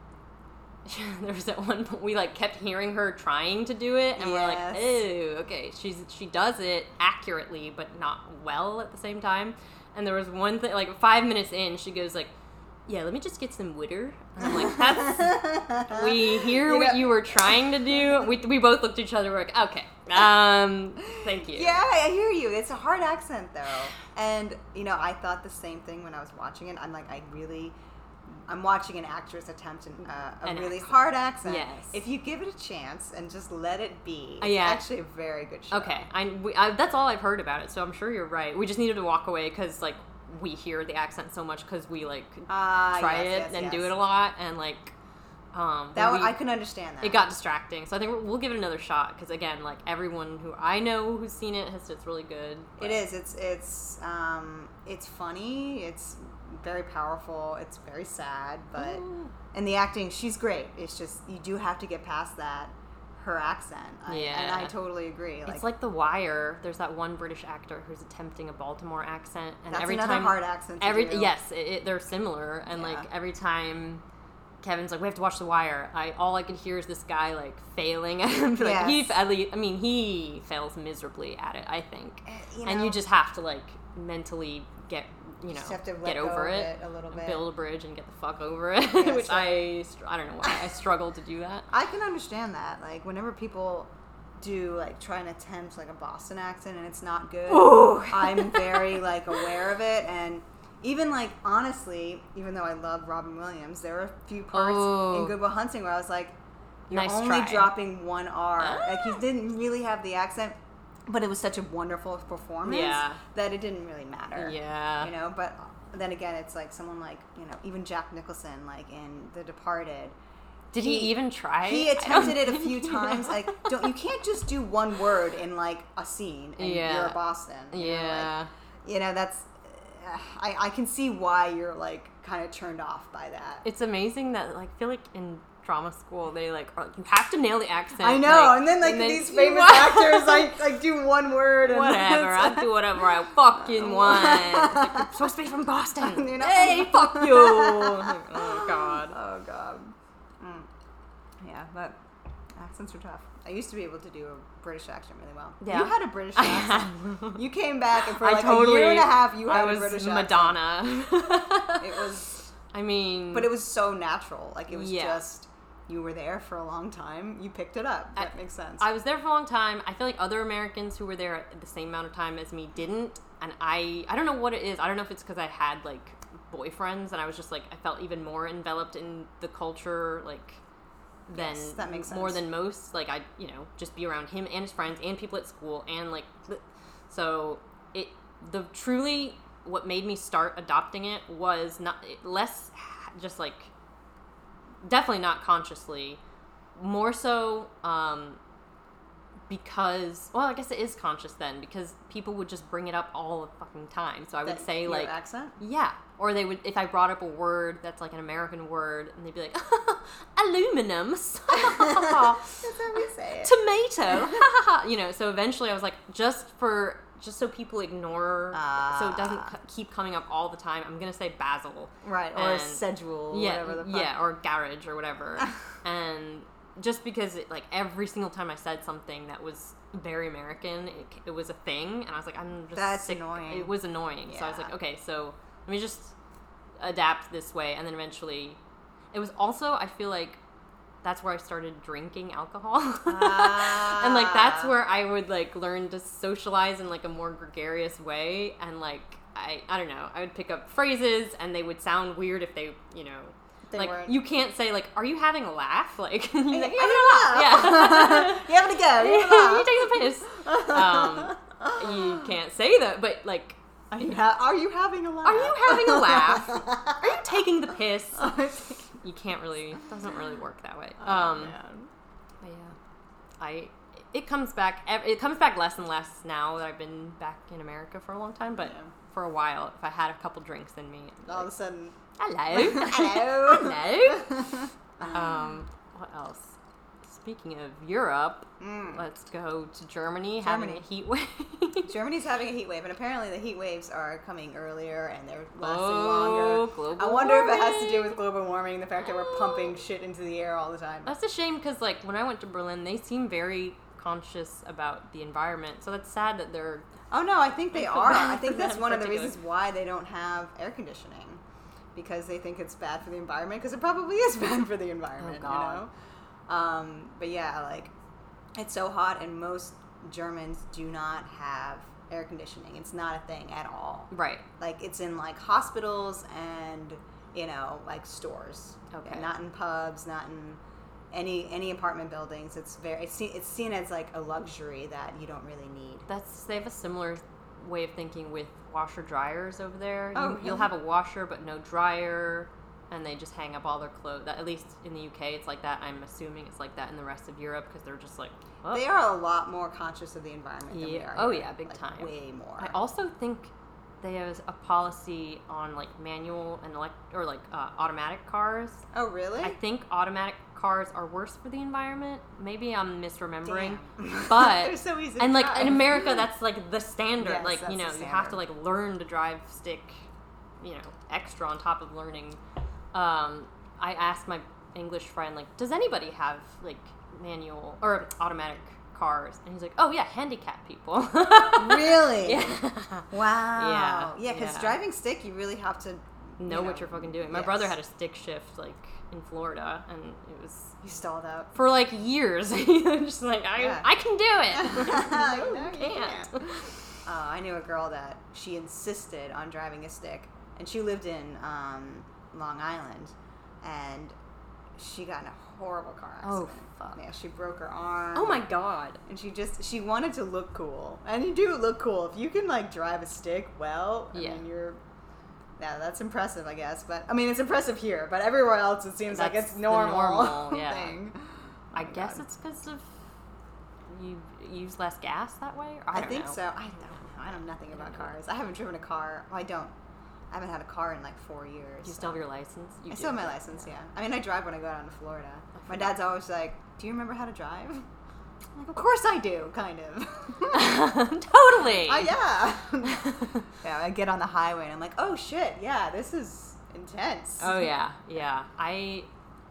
A: there was at one point we like kept hearing her trying to do it, and
B: Yes.
A: we're like, oh, okay, she's she does it accurately but not well at the same time. And there was one thing like five minutes in, she goes like. Yeah, let me just get some witter. And I'm like, that's we hear
B: You
A: what
B: know-
A: you were trying to do. We, we both looked at each other. We're like, okay, um, thank you.
B: Yeah, I hear you. It's a hard accent though. And you know, I thought the same thing when I was watching it. I'm like, I really I'm watching an actress attempt an, uh, a
A: An
B: really
A: accent.
B: hard accent.
A: Yes.
B: If you give it a chance and just let it be,
A: Uh,
B: it's
A: yeah.
B: actually a very good show.
A: Okay, I, we, I that's all I've heard about it. So I'm sure you're right. We just needed to walk away because like we hear the accent so much because we like
B: Ah,
A: try
B: yes,
A: it
B: yes,
A: and
B: yes.
A: do it a lot and like um
B: That
A: when
B: w-
A: we-
B: I can understand that.
A: it got distracting. So I think we'll, we'll give it another shot because again, like everyone who I know who's seen it has said it's really good.
B: It is. It's it's um it's funny. It's very powerful. It's very sad, but and the acting, she's great. It's just you do have to get past that her accent. I, And
A: Yeah.
B: I totally agree.
A: It's like The Wire. There's that one British actor who's attempting a Baltimore accent, and
B: that's
A: every
B: another
A: time
B: hard accent. To
A: every
B: do.
A: yes, it, it, they're similar, and
B: Yeah.
A: like every time Kevin's like, "We have to watch The Wire," I all I could hear is this guy like failing at him. like
B: Yes.
A: he at least, I mean, he fails miserably at it. I think,
B: Uh, you
A: and
B: know,
A: you just have to like mentally get you know
B: just have to let
A: get
B: go
A: over
B: of
A: it.
B: a little bit.
A: Build a bridge and get the fuck over it, which
B: so-
A: I str- I don't know why I struggle to do that.
B: I can understand that. Like whenever people do like try and attempt like a Boston accent and it's not good,
A: Ooh.
B: I'm very like aware of it and even like honestly, even though I love Robin Williams, there were a few parts
A: Oh.
B: in Goodwill Hunting where I was like, "You're
A: Nice
B: only
A: try.
B: dropping one R." Like
A: Ah.
B: he didn't really have the accent, but it was such a wonderful performance
A: Yeah.
B: that it didn't really matter.
A: Yeah.
B: you know. But then again, it's like someone like you know even Jack Nicholson like in The Departed.
A: Did he,
B: he-
A: even try?
B: He
A: I don't
B: attempted it a
A: think
B: few
A: he-
B: times. Like, don't you can't just do one word in like a scene and you're
A: Yeah.
B: a Boston. You know, like,
A: yeah.
B: you know that's. I I can see why you're like kind of turned off by that.
A: it's amazing that like I feel like in drama school they like are, like, you have to nail the accent.
B: I know,
A: like,
B: and then like these famous
A: What?
B: actors, like like do one word and
A: whatever. I'll do whatever I fucking want. It's like, you're supposed to be from Boston.
B: You're not
A: hey,
B: from-
A: fuck you. oh god.
B: Oh god. Mm. Yeah, but accents are tough. I used to be able to do a British accent really well.
A: Yeah.
B: You had a British accent. you came back and for
A: I
B: like
A: totally.
B: a year and a half, you had
A: I was
B: a British accent.
A: Madonna.
B: It was,
A: I mean,
B: but it was so natural. Like it was
A: Yeah.
B: just you were there for a long time. You picked it up. That makes sense.
A: I was there for a long time. I feel like other Americans who were there at the same amount of time as me didn't, and I I don't know what it is. I don't know if it's because I had like boyfriends and I was just like I felt even more enveloped in the culture like than
B: Yes, that makes
A: more
B: sense.
A: than most. Like I you know just be around him and his friends and people at school and like th- so it the truly what made me start adopting it was not less just like definitely not consciously more so um, because well i guess it is conscious then because people would just bring it up all the fucking time so i would
B: That-
A: say
B: your
A: like
B: accent.
A: yeah or they would if i brought up a word that's like an american word and they'd be like aluminum
B: That's how we say it.
A: tomato you know so eventually i was like just for just so people ignore so it doesn't
B: Ah.
A: c- keep coming up all the time i'm gonna say basil
B: Right, or
A: and-
B: schedule,
A: yeah,
B: whatever the fuck.
A: yeah, or garage or whatever. and just because it, like every single time I said something that was very American, it, it was a thing, and I was like, I'm just
B: That's
A: sick.
B: annoying.
A: It was annoying, so I was
B: Yeah.
A: like, okay, so let me just adapt this way, and then eventually, it was also I feel like that's where I started drinking alcohol. and like that's
B: Ah.
A: where I would like learn to socialize in like a more gregarious way and like I I don't know, I would pick up phrases and they would sound weird if they, you know,
B: They
A: like
B: weren't-
A: you can't say like are you having a laugh? Like you're like,
B: I
A: "Yeah,
B: don't
A: yeah.
B: know. you having a go? You
A: you
B: having a
A: take the
B: laugh?
A: piss. Um, you can't say that, but like
B: Are you, ha- are you having a laugh?
A: Are you having a laugh? are you taking the piss?
B: taking?
A: You can't really doesn't really work that way. Um But yeah, I it comes back. ev- It comes back less and less now that I've been back in America for a long time. But for a while if I had a couple drinks in me.
B: All of a sudden,
A: Hello.
B: Hello.
A: Hello. um, what else? Speaking of Europe,
B: mm.
A: let's go to Mm. Germany, having a
B: Germany.
A: heat wave.
B: Germany's having a heat wave, and apparently the heat waves are coming earlier and they're lasting
A: Oh,
B: longer.
A: global
B: I wonder if it has to do
A: warming. Uh,
B: with global warming, the fact that we're pumping shit into the air all the time.
A: That's a shame because, like, when I went to Berlin, they seem very conscious about the environment. So that's sad that they're.
B: Oh no, I think they
A: Like,
B: are.
A: that
B: I think that's
A: in
B: one of the
A: particular.
B: reasons why they don't have air conditioning because they think it's bad for the environment because it probably is bad for the environment,
A: God.
B: you know. Um, but yeah, like it's so hot and most Germans do not have air conditioning. It's not a thing at all.
A: Right.
B: Like it's in like hospitals and you know like stores.
A: Okay.
B: Not in pubs. Not in any any apartment buildings. It's very it's seen, it's seen as like a luxury that you don't really need.
A: That's They have a similar way of thinking with washer dryers over there. You,
B: Oh,
A: You'll
B: really?
A: have a washer but no dryer, and they just hang up all their clothes. At least in the UK, it's like that. I'm assuming it's like that in the rest of Europe because they're just like. "Oh."
B: They are a lot more conscious of the environment than we
A: Yeah.
B: are.
A: Oh,
B: here.
A: yeah, big
B: Like,
A: time.
B: Way more.
A: I also think they have a policy on like manual and elect or like uh, automatic cars.
B: oh, really?
A: I think automatic cars are worse for the environment. Maybe I'm misremembering,
B: Damn. They're
A: but
B: so easy to
A: and like
B: drive.
A: in America, that's like the standard.
B: Yes,
A: like you
B: that's
A: know,
B: the
A: you have to like
B: standard.
A: learn to drive stick. You know, extra on top of learning. Um, I asked my English friend like, does anybody have like manual or automatic cars? And he's like, oh yeah, handicapped people.
B: really.
A: yeah.
B: Wow.
A: Yeah,
B: Yeah, because
A: yeah.
B: driving stick, you really have to
A: know
B: you
A: what you're fucking doing. My
B: yes.
A: brother had a stick shift like in Florida, and it was
B: You stalled out.
A: for like years. just like I,
B: Yeah.
A: I can do it.
B: No,
A: no, you can't.
B: Uh, I knew a girl that she insisted on driving a stick, and she lived in um, Long Island, and she got in a horrible car
A: Oh,
B: accident.
A: fuck.
B: Yeah, she broke her arm.
A: Oh my god.
B: and she just she wanted to look cool and you do look cool if you can like drive a stick well i
A: Yeah.
B: mean you're yeah that's impressive i guess but i mean it's impressive here but everywhere else it seems like
A: That's
B: it's
A: the
B: normal,
A: normal, yeah.
B: thing
A: I
B: my
A: guess
B: Oh, God.
A: it's because of you use less gas that way. Or I,
B: i,
A: don't
B: think
A: know.
B: so i don't know i know nothing
A: I don't
B: about
A: know.
B: cars i haven't driven a car well, i don't i haven't had a car in like four years
A: You still have your license. You
B: i
A: do,
B: still have my
A: but-
B: license yeah. i mean i drive when i go down to florida
A: Oh,
B: my dad's always like do you remember how to drive I'm like, of course i do kind of
A: totally.
B: Oh yeah. yeah, I get on the highway and I'm like, oh shit, yeah, this is intense.
A: Oh yeah, yeah. I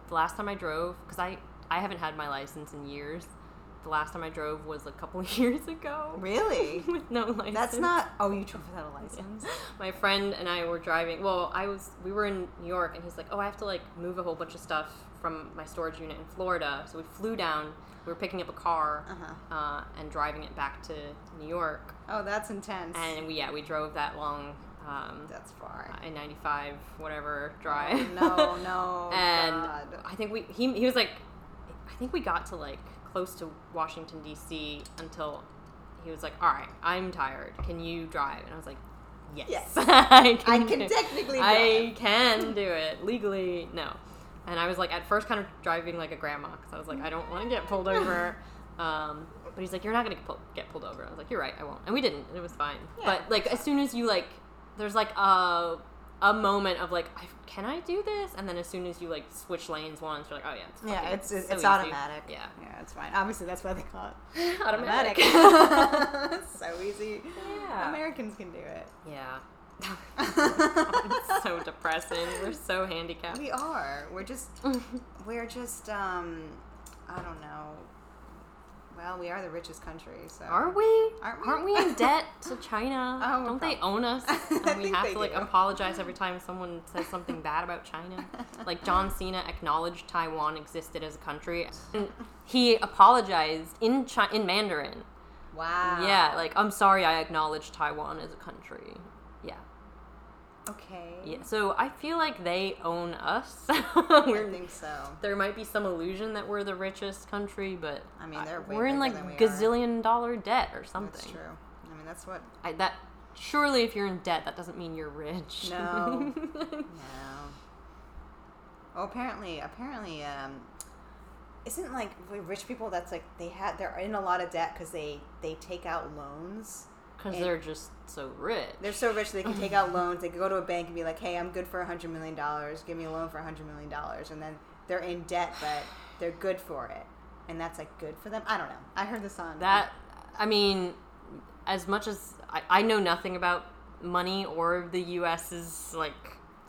A: the last time I drove because I I haven't had my license in years. The last time I drove was a couple of years ago.
B: Really?
A: with no license.
B: That's not. Oh, you drove without a license.
A: My friend and I were driving. Well, I was. We were in New York, and he's like, "Oh, I have to like move a whole bunch of stuff from my storage unit in Florida." So we flew down. We were picking up a car
B: Uh-huh.
A: uh, and driving it back to New York,
B: Oh, that's intense.
A: and we yeah we drove that long. Um,
B: that's far.
A: I ninety five whatever drive.
B: Oh, no, no.
A: and
B: God.
A: I think we he, he was like, I think we got to like close to Washington D.C. until he was like, all right, I'm tired. Can you drive? And I was like, yes,
B: Yes.
A: I
B: I can technically
A: I
B: drive."
A: can do it legally. No, and I was like at first kind of driving like a grandma because I was like, I don't want to get pulled over. Um, but he's like, you're not gonna get pull- get pulled over. I was like, you're right, I won't. And we didn't. and It was fine.
B: Yeah.
A: But like as soon as you like, there's like a a moment of like, I, can I do this? And then as soon as you like switch lanes once, you're like, oh yeah, it's
B: yeah,
A: fucking-
B: it's it's,
A: so
B: it's
A: easy."
B: automatic.
A: Yeah,
B: Yeah, it's fine. Obviously, that's why they call it
A: automatic.
B: so easy.
A: Yeah.
B: Americans can do it.
A: yeah. it's so depressing. We're so handicapped.
B: We are. We're just. we're just. Um. I don't know. Well, we are the richest country, so.
A: Are we?
B: Aren't we?
A: Aren't we in debt to China?
B: Oh, we're
A: Don't they
B: probably-
A: own us?
B: I
A: And we
B: think
A: have
B: they
A: to like
B: do.
A: apologize every time someone says something bad about China. Like John Cena acknowledged Taiwan existed as a country. And he apologized in Chi- in Mandarin.
B: Wow.
A: Yeah, like I'm sorry I acknowledge Taiwan as a country. Yeah.
B: Okay.
A: Yeah. So I feel like they own us.
B: Mm-hmm. I
A: We're-
B: think so.
A: there might be some illusion that we're the richest country, but
B: I mean, they're way
A: we're in
B: bigger
A: like
B: than we are.
A: gazillion dollar debt or something.
B: That's true. I mean, that's what.
A: I, that surely, if you're in debt, that doesn't mean you're rich.
B: No. No. Oh, apparently, apparently, um, isn't like wi- rich people that's like they have they're in a lot of debt because they they take out loans
A: because they're just so rich.
B: They're so rich they can take out loans. They can go to a bank and be like, "Hey, I'm good for a hundred million dollars. Give me a loan for a hundred million dollars." And then they're in debt, but they're good for it, and that's like good for them. I don't know. I heard this on
A: That, I mean, as much as I, I know nothing about money or the U.S.'s like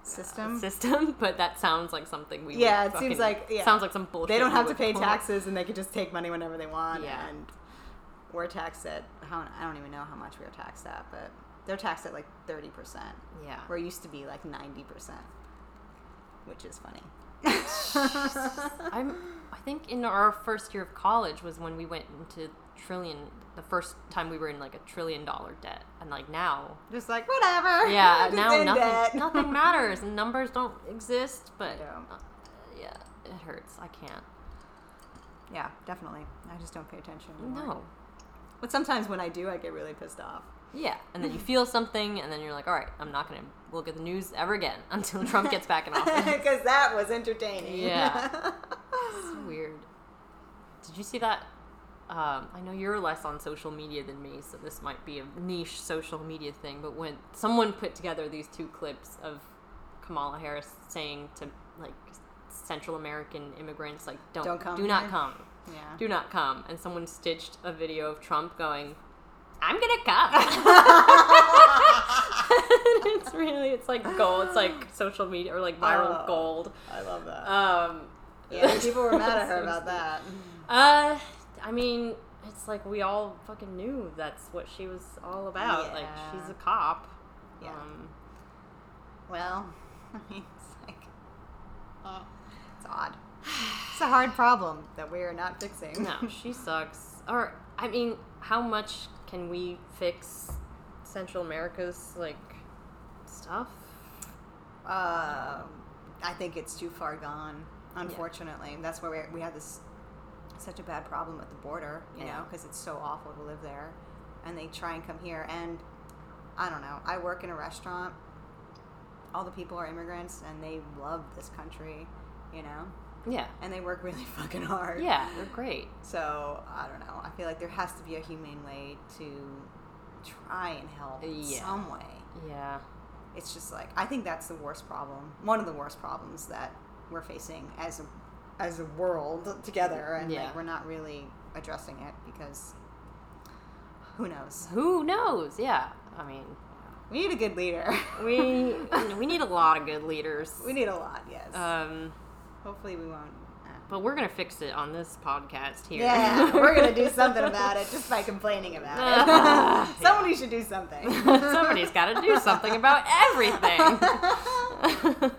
B: system.
A: system, but that sounds like something we. would
B: Um, Yeah, it seems
A: fucking-
B: like- yeah.
A: sounds like some bullshit.
B: They don't
A: we
B: have to
A: would
B: pay
A: pull.
B: taxes, and they can just take money whenever they want.
A: Yeah.
B: and we're taxed at how I don't even know how much we are taxed at, but they're taxed at like thirty percent.
A: Yeah.
B: where it used to be like 90%, which is funny.
A: I'm. I think in our first year of college was when we went into trillion. The first time we were in like a trillion dollar debt, and like now,
B: just like, whatever.
A: yeah,
B: Just
A: now
B: end it.
A: nothing, nothing matters, and numbers don't exist. But
B: Yeah.
A: uh, yeah, it hurts. I can't.
B: yeah, definitely. I just don't pay attention. Anymore.
A: No.
B: But sometimes when I do, I get really pissed off.
A: Yeah, and then you feel something, and then you're like, all right, I'm not going to look at the news ever again until Trump gets back in office.
B: Because that was entertaining.
A: Yeah. it's weird. Did you see that? Um, I know you're less on social media than me, so this might be a niche social media thing, but when someone put together these two clips of Kamala Harris saying to, like, Central American immigrants, like, don't,
B: Don't come
A: do not
B: here."
A: come.
B: yeah.
A: do not come. And someone stitched a video of Trump going, I'm gonna come. it's really, it's like gold. It's like social media or like viral
B: Oh.
A: gold.
B: I love that.
A: Um,
B: yeah, people were mad at her about that.
A: Uh, I mean, it's like we all fucking knew that's what she was all about. Like,
B: Yeah.
A: she's a cop.
B: Yeah.
A: Um,
B: Well, I mean, it's like,
A: Oh.
B: it's odd. It's a hard problem that we are not fixing.
A: no, she sucks. Or, I mean, how much can we fix Central America's, like, stuff?
B: Um, I think it's too far gone. Unfortunately, that's why we we have this such a bad problem at the border. You know, 'cause
A: Yeah.
B: know, because it's so awful to live there, and they try and come here. And I don't know. I work in a restaurant. All the people are immigrants, and they love this country. You know,
A: Yeah.
B: and they work really fucking hard.
A: Yeah, they're great.
B: So I don't know. I feel like there has to be a humane way to try and help in
A: Yeah.
B: some way.
A: Yeah.
B: it's just like I think that's the worst problem, one of the worst problems that we're facing as a as a world together, and
A: Yeah.
B: like we're not really addressing it because who knows?
A: Who knows? Yeah. I mean,
B: We need a good leader.
A: we we need a lot of good leaders.
B: we need a lot, yes.
A: Um,
B: Hopefully, we won't. uh,
A: but we're gonna fix it on this podcast here.
B: Yeah, we're gonna do something about it just by complaining about
A: Ah,
B: it. Somebody should do something.
A: Somebody's got to do something about everything.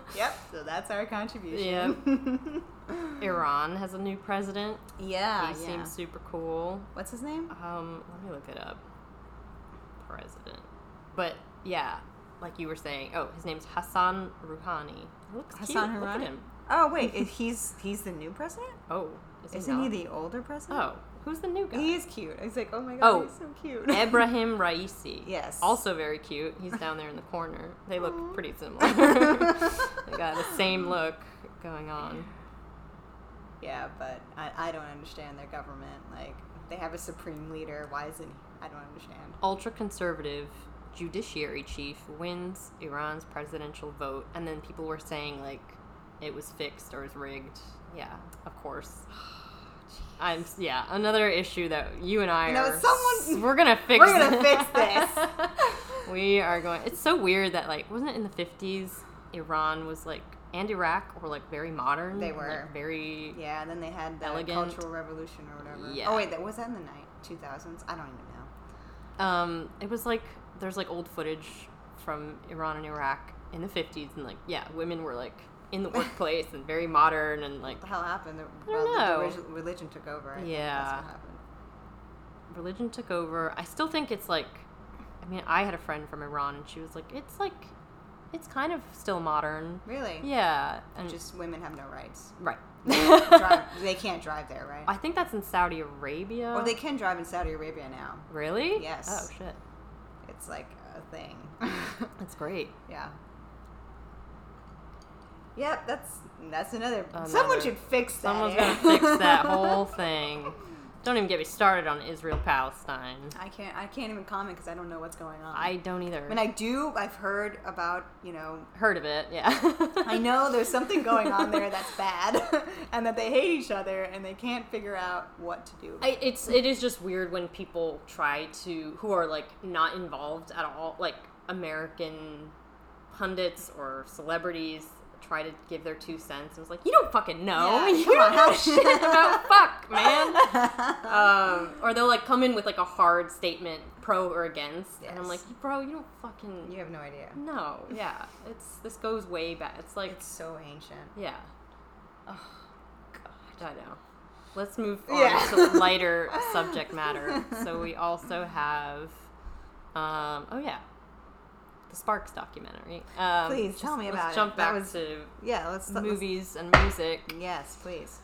B: yep. So that's our contribution.
A: Iran has a new president.
B: yeah.
A: he
B: Ah, yeah.
A: seems super cool.
B: What's his name?
A: Um, let me look it up. President. But yeah, like you were saying. Oh, his name's Hassan Rouhani. He looks
B: Hassan
A: cute. Look at
B: Rouhani?
A: him.
B: Oh wait, is- he's he's the new president.
A: Oh, is he
B: Isn't
A: not?
B: he the older president?
A: Oh, who's the new guy?
B: He is cute. I was like, oh my god,
A: Oh.
B: he's so cute.
A: Ebrahim Raisi.
B: Yes.
A: Also very cute. He's down there in the corner. They look
B: Aw.
A: pretty similar. they got the same look going on.
B: yeah, but I, I don't understand their government. Like, they have a supreme leader. Why isn't he? I don't understand.
A: Ultra conservative judiciary chief wins Iran's presidential vote, and then people were saying like it was fixed or it was rigged. Yeah, of course. I'm yeah. Another issue that you and I
B: You know,
A: are.
B: someone-
A: we're gonna fix.
B: We're gonna fix this.
A: We are going. It's so weird that like wasn't it in the fifties? Iran was like and Iraq were like very modern.
B: They
A: and,
B: were.
A: like, very.
B: yeah, and then they had the
A: Elegant.
B: Cultural Revolution or whatever.
A: Yeah.
B: Oh wait, that was that in the night two thousands? I don't even know.
A: Um, it was like there's like old footage from Iran and Iraq in the fifties, and like yeah, women were like in the workplace and very modern and like
B: What the hell happened? The,
A: don't know.
B: the relig- religion took over. I think
A: Yeah.
B: that's what happened.
A: religion took over. I still think it's like, I mean, I had a friend from Iran, and she was like, it's like, it's kind of still modern.
B: Really?
A: Yeah, and
B: Just women have no rights.
A: right.
B: drive, they can't drive there, right?
A: I think that's in Saudi Arabia.
B: or they can drive in Saudi Arabia now.
A: really?
B: Yes.
A: Oh shit,
B: It's like a thing.
A: that's great.
B: yeah. Yep, that's that's another.
A: Another-
B: Someone should fix that.
A: Someone's
B: eh?
A: gonna fix that whole thing. Don't even get me started on Israel Palestine.
B: I can't. I can't even comment because I don't know what's going on.
A: I don't either.
B: I mean, I do. I've heard about you know.
A: Heard of it, yeah.
B: I know there's something going on there that's bad, and that they hate each other and they can't figure out what to do.
A: I, it's it is just weird when people try to who are like not involved at all, like American pundits or celebrities try to give their two cents. It was like you don't fucking know,
B: Yeah,
A: you
B: come
A: don't
B: on.
A: know Oh, shit about fuck, man. Um, or they'll like come in with like a hard statement, pro or against, and I'm like,
B: Yes.
A: bro, you don't fucking
B: you have no idea.
A: no, yeah. It's this goes way back. It's like
B: It's so ancient.
A: yeah. Oh God, I know. Let's move on
B: Yeah.
A: to lighter subject matter. So we also have, um, oh yeah, the Sparks documentary. Um,
B: Please, tell me
A: let's
B: about it.
A: Jump
B: That
A: back
B: was-
A: to
B: Yeah, let's let's-
A: movies and music.
B: Yes, please.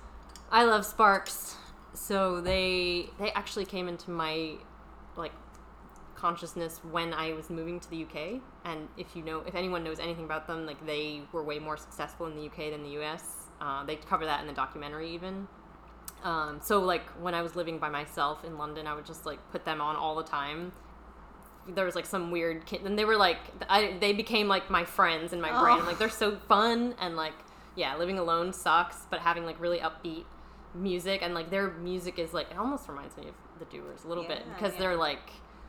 A: I love Sparks. So they they actually came into my like consciousness when I was moving to the UK. And if you know, if anyone knows anything about them, like they were way more successful in the UK than the US. Uh, they cover that in the documentary even. Um, so like when I was living by myself in London, I would just like put them on all the time. There was like some weird kid, and they were like, I, they became like my friends in my brain.
B: Oh.
A: Like they're so fun, and like yeah, living alone sucks, but having like really upbeat music and like their music is like it almost reminds me of the Doers a little bit
B: Yeah,
A: because
B: yeah.
A: they're like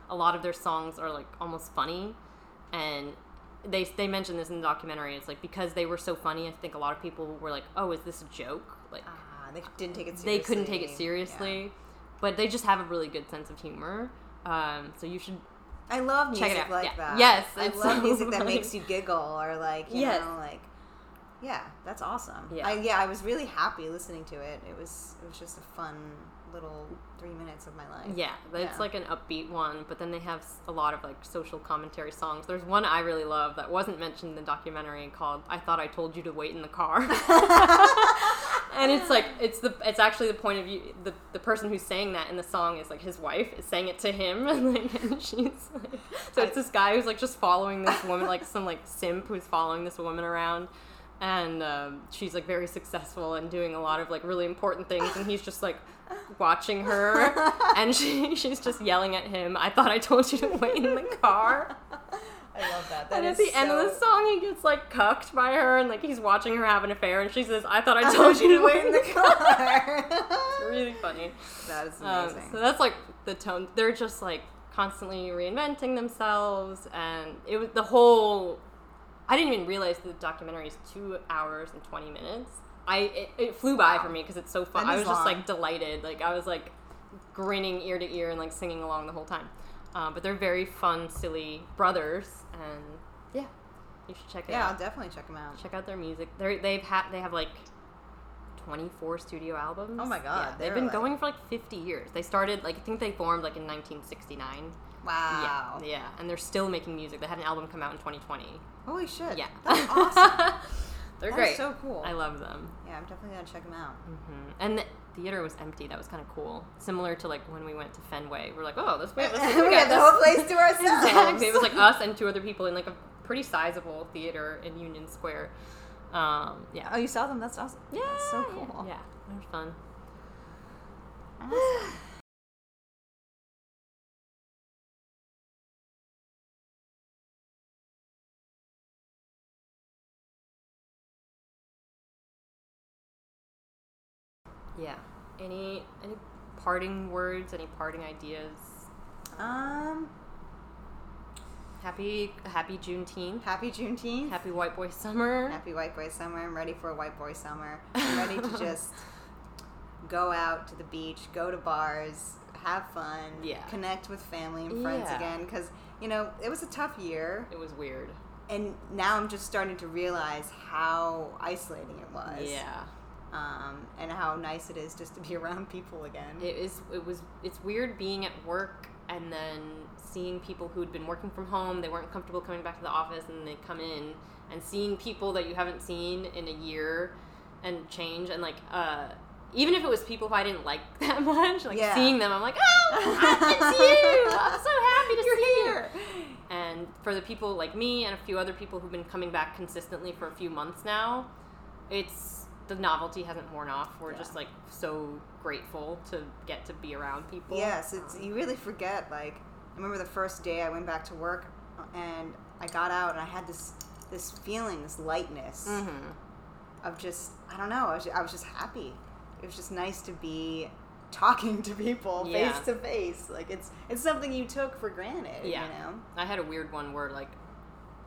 A: a lot of their songs are like almost funny, and they they mentioned this in the documentary. It's like because they were so funny, I think a lot of people were like, oh, is this a joke? Like
B: Ah, they didn't take it
A: they
B: seriously.
A: couldn't take it seriously, but they just have a really good sense of humor. Um, so you should.
B: I love music
A: Check it out.
B: like
A: Yeah.
B: that.
A: Yes,
B: I
A: it's
B: love
A: so
B: music that
A: funny.
B: makes you giggle or like you
A: Yes.
B: know like yeah, that's awesome.
A: Yeah.
B: I, yeah, I was really happy listening to it. It was it was just a fun little three minutes of my life.
A: Yeah, but it's
B: Yeah.
A: like an upbeat one, but then they have s- a lot of like social commentary songs. There's one I really love that wasn't mentioned in the documentary called "I Thought I Told You to Wait in the Car." and it's like it's the it's actually the point of view the, the person who's saying that in the song is like his wife is saying it to him and like and she's like so it's this guy who's like just following this woman like some like simp who's following this woman around and um, she's like very successful and doing a lot of like really important things and he's just like watching her and she, she's just yelling at him i thought i told you to wait in the car
B: I love that. That
A: and at
B: is
A: the end of the
B: so-
A: song he gets like cucked by her and like he's watching her have an affair and she says i thought i told you to wait in the car
B: car.
A: It's really funny
B: that is
A: Um,
B: amazing.
A: so that's like the tone. They're just like constantly reinventing themselves, and it was the whole. I didn't even realize the documentary is two hours and twenty minutes. I it, it flew by
B: Wow.
A: for me because it's so fun.
B: That
A: I
B: is
A: was just
B: long.
A: like delighted. Like I was like grinning ear to ear and like singing along the whole time. Um, but they're very fun, silly brothers, and yeah, you should check it
B: yeah, I'll
A: out.
B: definitely check them out.
A: Check out their music. They're, they've had they have like twenty four studio albums.
B: Oh my God,
A: they've
B: they're,
A: been
B: like-
A: going for like fifty years. They started like I think they formed like in nineteen sixty nine.
B: Wow.
A: Yeah, yeah, and they're still making music. They had an album come out in twenty twenty.
B: Holy shit.
A: Yeah,
B: That's awesome.
A: they're
B: That's
A: great.
B: so cool.
A: I love them.
B: yeah, I'm definitely gonna check them out.
A: hmm And the theater was empty. That was kind of cool. Similar to like when we went to Fenway. We're like, oh, this way. This way
B: we have the whole place to ourselves.
A: exactly. It was like us and two other people in like a pretty sizable theater in Union Square. Um, yeah.
B: Oh, you saw them? That's awesome.
A: Yeah,
B: That's so
A: yeah,
B: cool.
A: Yeah, it was fun. Yeah. Any any parting words? Any parting ideas?
B: Um,
A: Happy Happy Juneteenth.
B: happy Juneteenth.
A: Happy White Boy Summer.
B: Happy White Boy Summer. I'm ready for a White Boy Summer. I'm ready to just go out to the beach, go to bars, have fun,
A: Yeah.
B: connect with family and friends
A: Yeah.
B: again. Because, you know, it was a tough year.
A: It was weird.
B: And now I'm just starting to realize how isolating it was.
A: Yeah.
B: Um, and how nice it is just to be around people again.
A: It is. It was. It's weird being at work and then seeing people who'd been working from home. They weren't comfortable coming back to the office, and they come in and seeing people that you haven't seen in a year and change and like. uh even if it was people who I didn't like that much, like
B: Yeah.
A: seeing them, I'm like, oh, it's you! I'm so happy to
B: You're
A: see you.
B: here.
A: And for the people like me and a few other people who've been coming back consistently for a few months now, it's the novelty hasn't worn off. We're
B: Yeah.
A: just like so grateful to get to be around people.
B: Yes, it's
A: Um,
B: you really forget. Like I remember the first day I went back to work, uh, and I got out and I had this this feeling, this lightness
A: mhm.
B: of just I don't know. I was, I was just happy. It was just nice to be talking to people
A: Yeah.
B: face to face. Like it's it's something you took for granted.
A: Yeah.
B: You know.
A: I had a weird one where like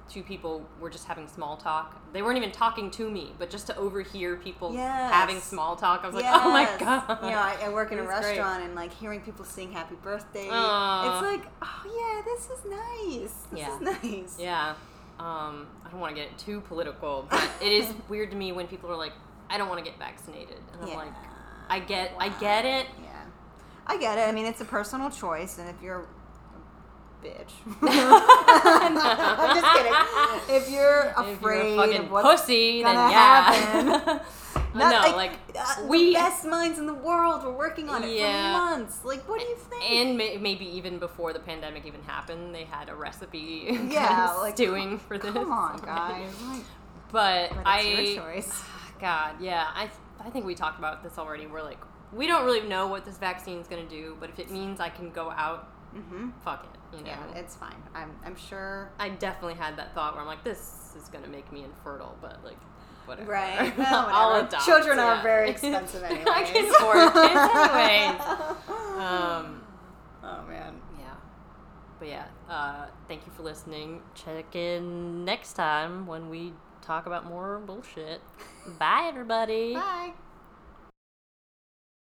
A: two people were just having small talk. They weren't even talking to me, but just to overhear people
B: Yes.
A: having small talk, I was like, oh my
B: Yes.
A: god.
B: You know, I, I work in a
A: It's great.
B: restaurant and like hearing people sing happy birthday.
A: Aw.
B: It's like, oh yeah, this is nice. This
A: Yeah.
B: is nice.
A: Yeah. Um, I don't want to get too political, but it is weird to me when people are like, I don't want to get vaccinated. And I'm like, I get I get it.
B: Yeah. I get it. I mean, it's a personal choice, and if you're a bitch. I'm just kidding. If you're afraid
A: if you're a fucking
B: of what's
A: pussy, then
B: gonna
A: yeah.
B: not,
A: no,
B: like,
A: like
B: uh,
A: we-
B: the best minds in the world were working on it
A: Yeah.
B: for months. Like, what do you think?
A: and may- maybe even before the pandemic even happened, they had a recipe kind
B: Yeah,
A: of
B: like,
A: stewing for this.
B: Come on, guys. Like,
A: But,
B: but it's
A: I
B: your choice.
A: God, yeah. I I think we talked about this already. We're like, we don't really know what this vaccine's gonna do, but if it means I can go out,
B: Mm-hmm.
A: fuck it. You know.
B: Yeah, it's fine. I'm, I'm sure.
A: I definitely had that thought where I'm like, this is gonna make me infertile, but like, whatever.
B: Right. Well,
A: I'll
B: whatever.
A: adopt.
B: Children
A: yeah.
B: are very expensive anyway.
A: I can afford kids anyway. Um,
B: oh man.
A: yeah. But yeah, uh, thank you for listening. Check in next time when we talk about more bullshit. Bye, everybody.
B: Bye.